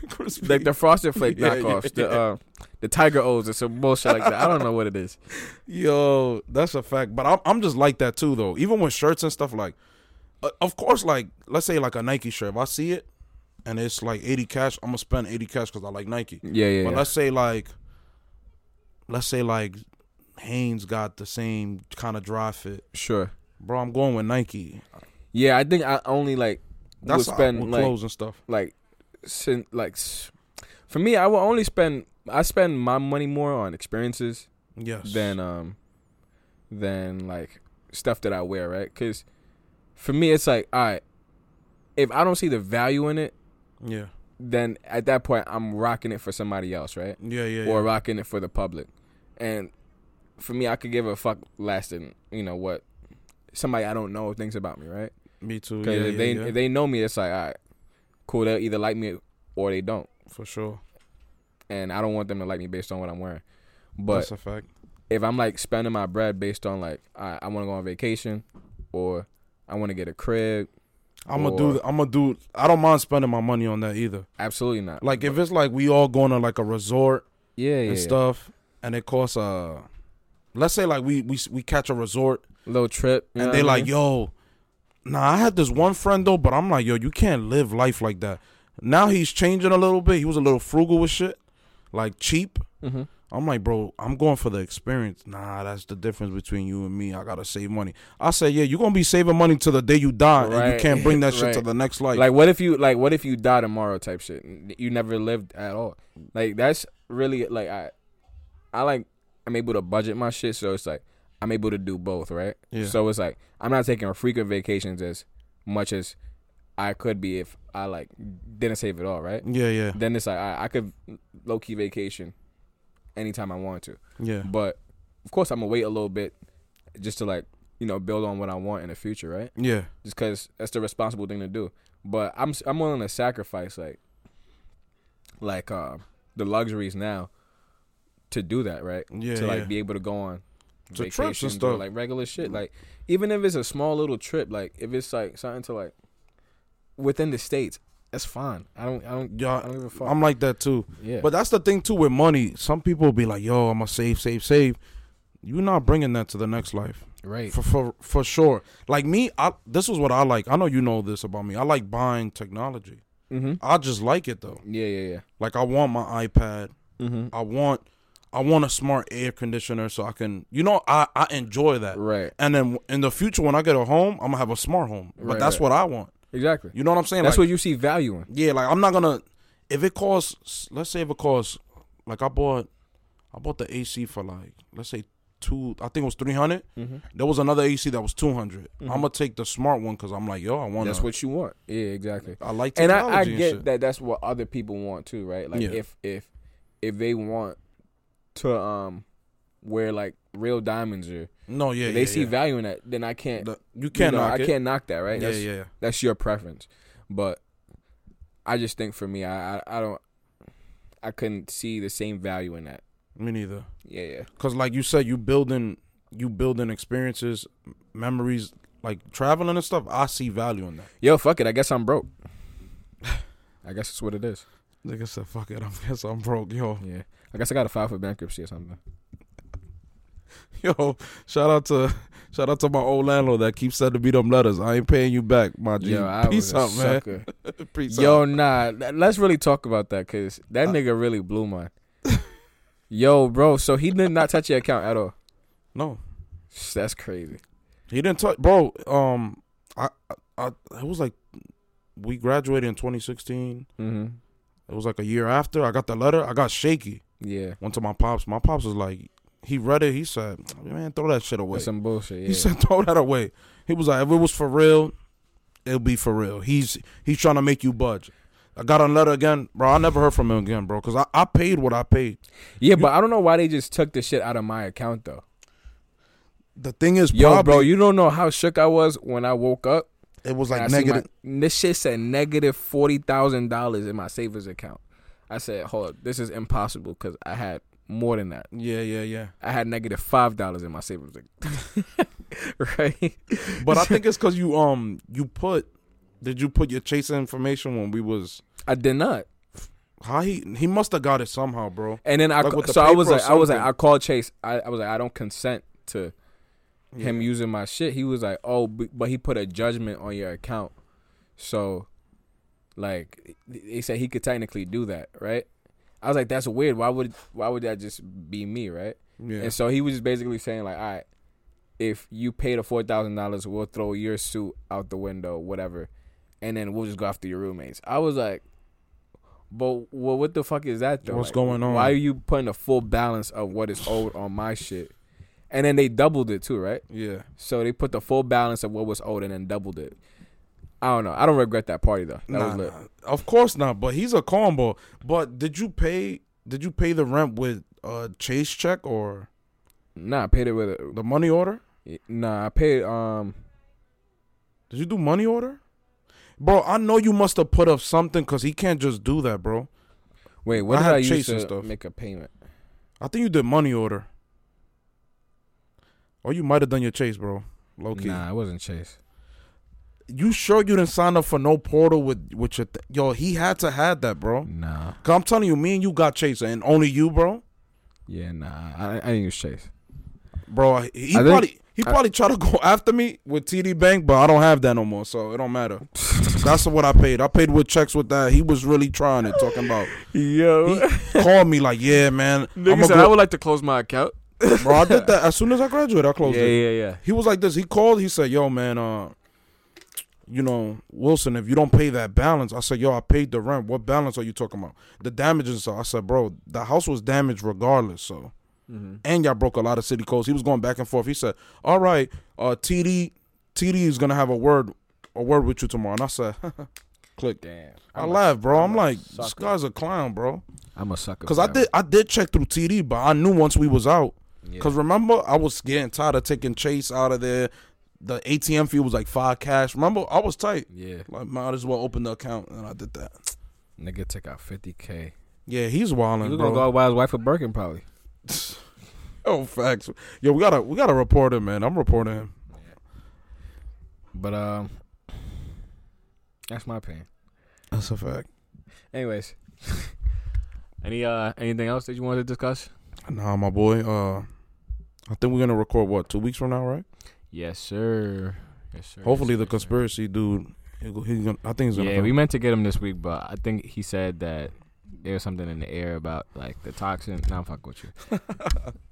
B: like the frosted flake
A: Yeah, yeah,
B: knockoffs, the
A: yeah.
B: uh, the tiger O's or some bullshit like that. I don't know what it is.
A: yo that's a fact but I'm I'm just like that too though even with shirts and stuff like uh, of course like let's say like a Nike shirt if I see it and it's like eighty cash I'm gonna spend eighty cash because I like Nike
B: Yeah, yeah.
A: But
B: yeah.
A: let's say like, let's say like, Haynes got the same kind of dry fit,
B: Sure.
A: bro. I'm going with Nike.
B: Yeah, I think I only like
A: That's
B: would
A: how-
B: spend
A: with
B: like
A: clothes and stuff.
B: like sin, like s- for me, I will only spend I spend my money more on experiences
A: Yes.
B: than um than like stuff that I wear, right? Because for me, it's like all right, if I don't see the value in it.
A: yeah,
B: then at that point I'm rocking it for somebody else, right?
A: yeah, yeah,
B: Or
A: yeah.
B: rocking it for the public. And for me, I could give a fuck less than you know what somebody I don't know thinks about me, right?
A: Me too. Yeah,
B: Because if
A: yeah,
B: they
A: yeah.
B: if they know me, it's like, all right, cool. They'll either like me or they don't,
A: for sure.
B: and I don't want them to like me based on what I'm wearing.
A: That's
B: But
A: a fact.
B: if I'm like spending my bread based on like I, I want to go on vacation, or I want to get a crib.
A: I'm gonna do. I'm gonna do. I don't mind spending my money on that either.
B: Absolutely not.
A: Like if it's like we all going to like a resort
B: yeah, yeah,
A: and
B: yeah.
A: stuff, and it costs uh, let's say like we we we catch a resort
B: little trip, you know
A: and they
B: what I
A: like,
B: mean?
A: yo, nah, I had this one friend though, but I'm like, yo, you can't live life like that. Now he's changing a little bit. He was a little frugal with shit, like cheap.
B: Mhm.
A: I'm like, bro, I'm going for the experience. Nah, that's the difference between you and me. I gotta save money. I said, yeah, you're gonna be saving money till the day you die, and you
B: Right.
A: can't bring that shit to
B: Right.
A: the next life.
B: Like what if you like what if you die tomorrow type shit? You never lived at all. Like that's really like I I like I'm able to budget my shit so it's like I'm able to do both, right?
A: Yeah.
B: So it's like I'm not taking frequent vacations as much as I could be if I like didn't save it all, right?
A: yeah, yeah,
B: Then it's like I, I could low key vacation anytime I want to.
A: yeah,
B: But of course I'm gonna wait a little bit just to like, you know, build on what I want in the future, right?
A: yeah,
B: just because that's the responsible thing to do. But I'm I'm willing to sacrifice like like uh, the luxuries now to do that, right?
A: yeah,
B: to like
A: yeah.
B: be able to go on
A: To trips and
B: vacations
A: stuff.
B: or like regular shit. Like even if it's a small little trip, like if it's like something to like within the states, that's fine. I don't I don't
A: Yeah,
B: I don't give a fuck.
A: I'm like that too.
B: yeah,
A: But that's the thing too with money. Some people be like, yo, I'm gonna save, save, save. You're not bringing that to the next life.
B: right.
A: for for for sure. Like me, I this is what I like. I know you know this about me. I like buying technology.
B: Mm-hmm.
A: I just like it though.
B: Yeah, yeah,
A: Like I want my iPad.
B: yeah. Mm-hmm.
A: I want I want a smart air conditioner so I can you know I I enjoy that.
B: Right.
A: And then in the future when I get a home, I'm gonna have a smart home. But
B: Right,
A: that's
B: right.
A: what I want.
B: Exactly.
A: You know what I'm saying?
B: that's
A: like,
B: what you see value in.
A: yeah, like I'm not gonna if it costs let's say if it costs like I bought I bought the AC for like let's say two I think it was three hundred.
B: Mm-hmm.
A: There was another AC that was 200.
B: Mhm.
A: I'm gonna take the smart one because I'm like, yo, I want
B: That's what you want. Yeah, exactly.
A: I like
B: and
A: technology
B: I, I
A: and
B: get
A: shit.
B: that that's what other people want too, right? Like
A: Yeah.
B: if if if they want to um wear like real diamonds or
A: No, yeah,
B: they
A: yeah,
B: see
A: yeah.
B: value in that, then I can't
A: The- you
B: you
A: can't
B: know,
A: knock
B: I
A: it.
B: can't knock that, right?
A: Yeah,
B: that's
A: yeah, yeah.
B: that's your preference. But I just think for me I, I I don't I couldn't see the same value in that.
A: Me neither.
B: Yeah, yeah.
A: Cause like you said, you building you building experiences, memories, like traveling and stuff. I see value in that.
B: Yo, fuck it. I guess I'm broke. I guess that's what it is.
A: Like I said, fuck it. I guess I'm broke, yo,
B: Yeah. I guess I gotta file for bankruptcy or something.
A: yo. Shout out to shout out to my old landlord that keeps sending me them letters. I ain't paying you back, my G.
B: Yo, I
A: Peace
B: was a
A: out, man.
B: sucker.
A: Peace out.
B: Yo, nah. th- Let's really talk about that because that
A: Uh,
B: nigga really blew mine. Yo, bro. So he did not touch your account at all.
A: No,
B: That's crazy.
A: He didn't touch, bro. Um, I, I, I, it was like we graduated in 2016.
B: Mm-hmm.
A: It was like a year after I got the letter. I got shaky.
B: Yeah.
A: Went to my pops. My pops was like, he read it. He said, "Man, throw that shit away."
B: That's some bullshit. Yeah.
A: He said, "Throw that away." He was like, "If it was for real, it'll be for real." He's he's trying to make you budge. I got a letter again, bro. I never heard from him again, bro, because I, I paid what I paid.
B: yeah, but I don't know why they just took the shit out of my account though.
A: The thing is,
B: Yo,
A: probably,
B: bro, you don't know how shook I was when I woke up.
A: it was
B: and
A: like
B: I see
A: negative.
B: My, this shit said negative forty thousand dollars in my savings account. I said, hold up, this is impossible because I had more than that.
A: yeah, yeah, yeah.
B: I had negative five dollars in my savings account. right?
A: But I think it's because you um you put did you put your chaser information when we was
B: I did not.
A: how he he must have got it somehow, bro.
B: And then I
A: Like
B: ca-
A: with the
B: so I was
A: paper or
B: like I was like
A: something.
B: I called Chase. I, I was like I don't consent to him using my shit. He was like, "Oh, b- but he put a judgment on your account." So like they said he could technically do that, right? I was like, "That's weird. Why would why would that just be me, right?"
A: Yeah.
B: And so he was just basically saying like, "All right, if you pay the $4,000, we'll throw your suit out the window, whatever, and then we'll just go after your roommates." I was like, but well, what the fuck is that though?
A: What's
B: Like,
A: going on?
B: Why are you putting a full balance of what is owed on my shit? And then they doubled it too, right?
A: Yeah.
B: So they put the full balance of what was owed and then doubled it. I don't know. I don't regret that party though. That
A: Nah,
B: was lit.
A: nah. Of course not, but he's a combo. But did you pay did you pay the rent with a chase check or
B: Nah, I paid it with a
A: the money order?
B: nah. I paid um.
A: Did you do money order? Bro, I know you must have put up something because he can't just do that, bro.
B: Wait, what
A: I
B: did
A: had
B: I use
A: Chase and
B: to
A: stuff.
B: make a payment?
A: I think you did money order. Or you might have done your chase, bro. Low key.
B: Nah, it wasn't Chase.
A: You sure you didn't sign up for no portal with with your th- yo? He had to had that, bro.
B: Nah.
A: Cause I'm telling you, me and you got chased, and only you, bro.
B: Yeah, nah. I, I ain't gonna chase.
A: Bro, he- he
B: I think-
A: probably he
B: I-
A: probably tried to go after me with TD Bank, but I don't have that no more, so it don't matter. That's what I paid. I paid with checks with that. He was really trying it, talking about.
B: Yo.
A: He called me like, yeah, man, I'm
B: Nigga
A: gonna
B: said I
A: go.
B: would like to close my account.
A: bro. I did that as soon as I graduated. I closed
B: yeah,
A: it.
B: yeah, yeah.
A: He was like this. He called. He said, "Yo, man, uh, you know, Wilson, if you don't pay that balance, I said, yo, I paid the rent. What balance are you talking about? The damages. So I said, bro, the house was damaged regardless. So,
B: Mm-hmm.
A: and y'all broke a lot of city codes. He was going back and forth. He said, all right, uh, TD, TD is gonna have a word, a word with you tomorrow. And I said, click.
B: Damn.
A: I laughed, bro. I'm,
B: I'm a
A: like, this
B: sucker.
A: guy's a clown, bro.
B: I'm a sucker.
A: Cause
B: for
A: I
B: that
A: did, I did check through TD, but I knew once we was out.
B: one. Yeah.
A: Because remember, I was getting tired of taking Chase out of there. The ATM fee was like five cash. Remember, I was tight.
B: Yeah.
A: Like, might as well open the account, and I did that.
B: Nigga took out 50K.
A: Yeah, he's
B: He
A: wilding,
B: was gonna go
A: bro.
B: out by his wife with Birkin, probably.
A: Oh, facts. Yo, we gotta we gotta report him, man. I'm reporting him.
B: But, um, that's my opinion.
A: That's a fact.
B: Anyways, any uh anything else that you wanted to discuss?
A: Nah, my boy. Uh, I think we're gonna record what two weeks from now, right?
B: Yes, sir. Yes, sir.
A: Hopefully,
B: Yes,
A: the
B: sir, yes, sir.
A: conspiracy dude. He, go- he gonna, I think he's gonna.
B: Yeah,
A: come.
B: we meant to get him this week, but I think he said that there was something in the air about like the toxin. Now I'm fucking with you.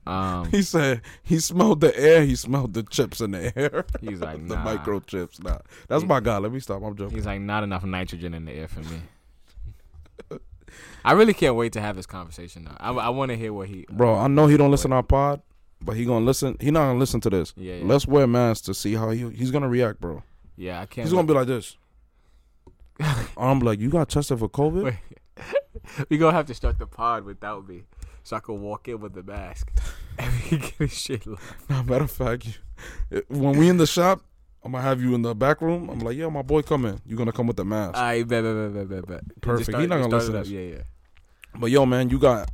B: Um,
A: He said he smelled the air. He smelled the chips in the air.
B: he's like
A: the
B: nah.
A: microchips. Nah, that's
B: He-
A: my guy. Let me stop. I'm joking.
B: He's like not enough nitrogen in the air for me. I really can't wait to have this conversation though. I, I want to hear what he. uh,
A: Bro, I know he don't listen to our pod, but he gonna listen. He not gonna listen to this.
B: Yeah, yeah.
A: Let's wear masks to see how he he's gonna react, bro.
B: yeah, I can't.
A: He's gonna be like this. I'm like, you got tested for COVID?
B: Wait. we gonna have to start the pod without me, so I can walk in with the mask and we can get his shit. Live.
A: Nah, matter of fact, you, when we in the shop, I'm gonna have you in the back room. I'm like, yeah, my boy, come in. You gonna come with the mask?
B: I bet, bet, bet, bet, bet, bet. Just
A: Perfect.
B: start-
A: He not
B: just
A: gonna listen
B: start it
A: to
B: up.
A: this.
B: Yeah, yeah.
A: but yo, man, you got.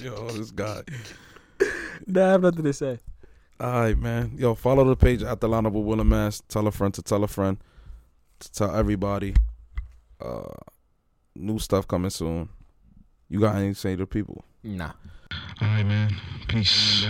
A: yo, this guy.
B: Nah, I have nothing to say.
A: All right, man. Yo, follow the page at the lineup with Will and Mass. Tell a friend to tell a friend to tell everybody. Uh, new stuff coming soon. You got anything to say to the people?
B: Nah.
C: All right, man. Peace.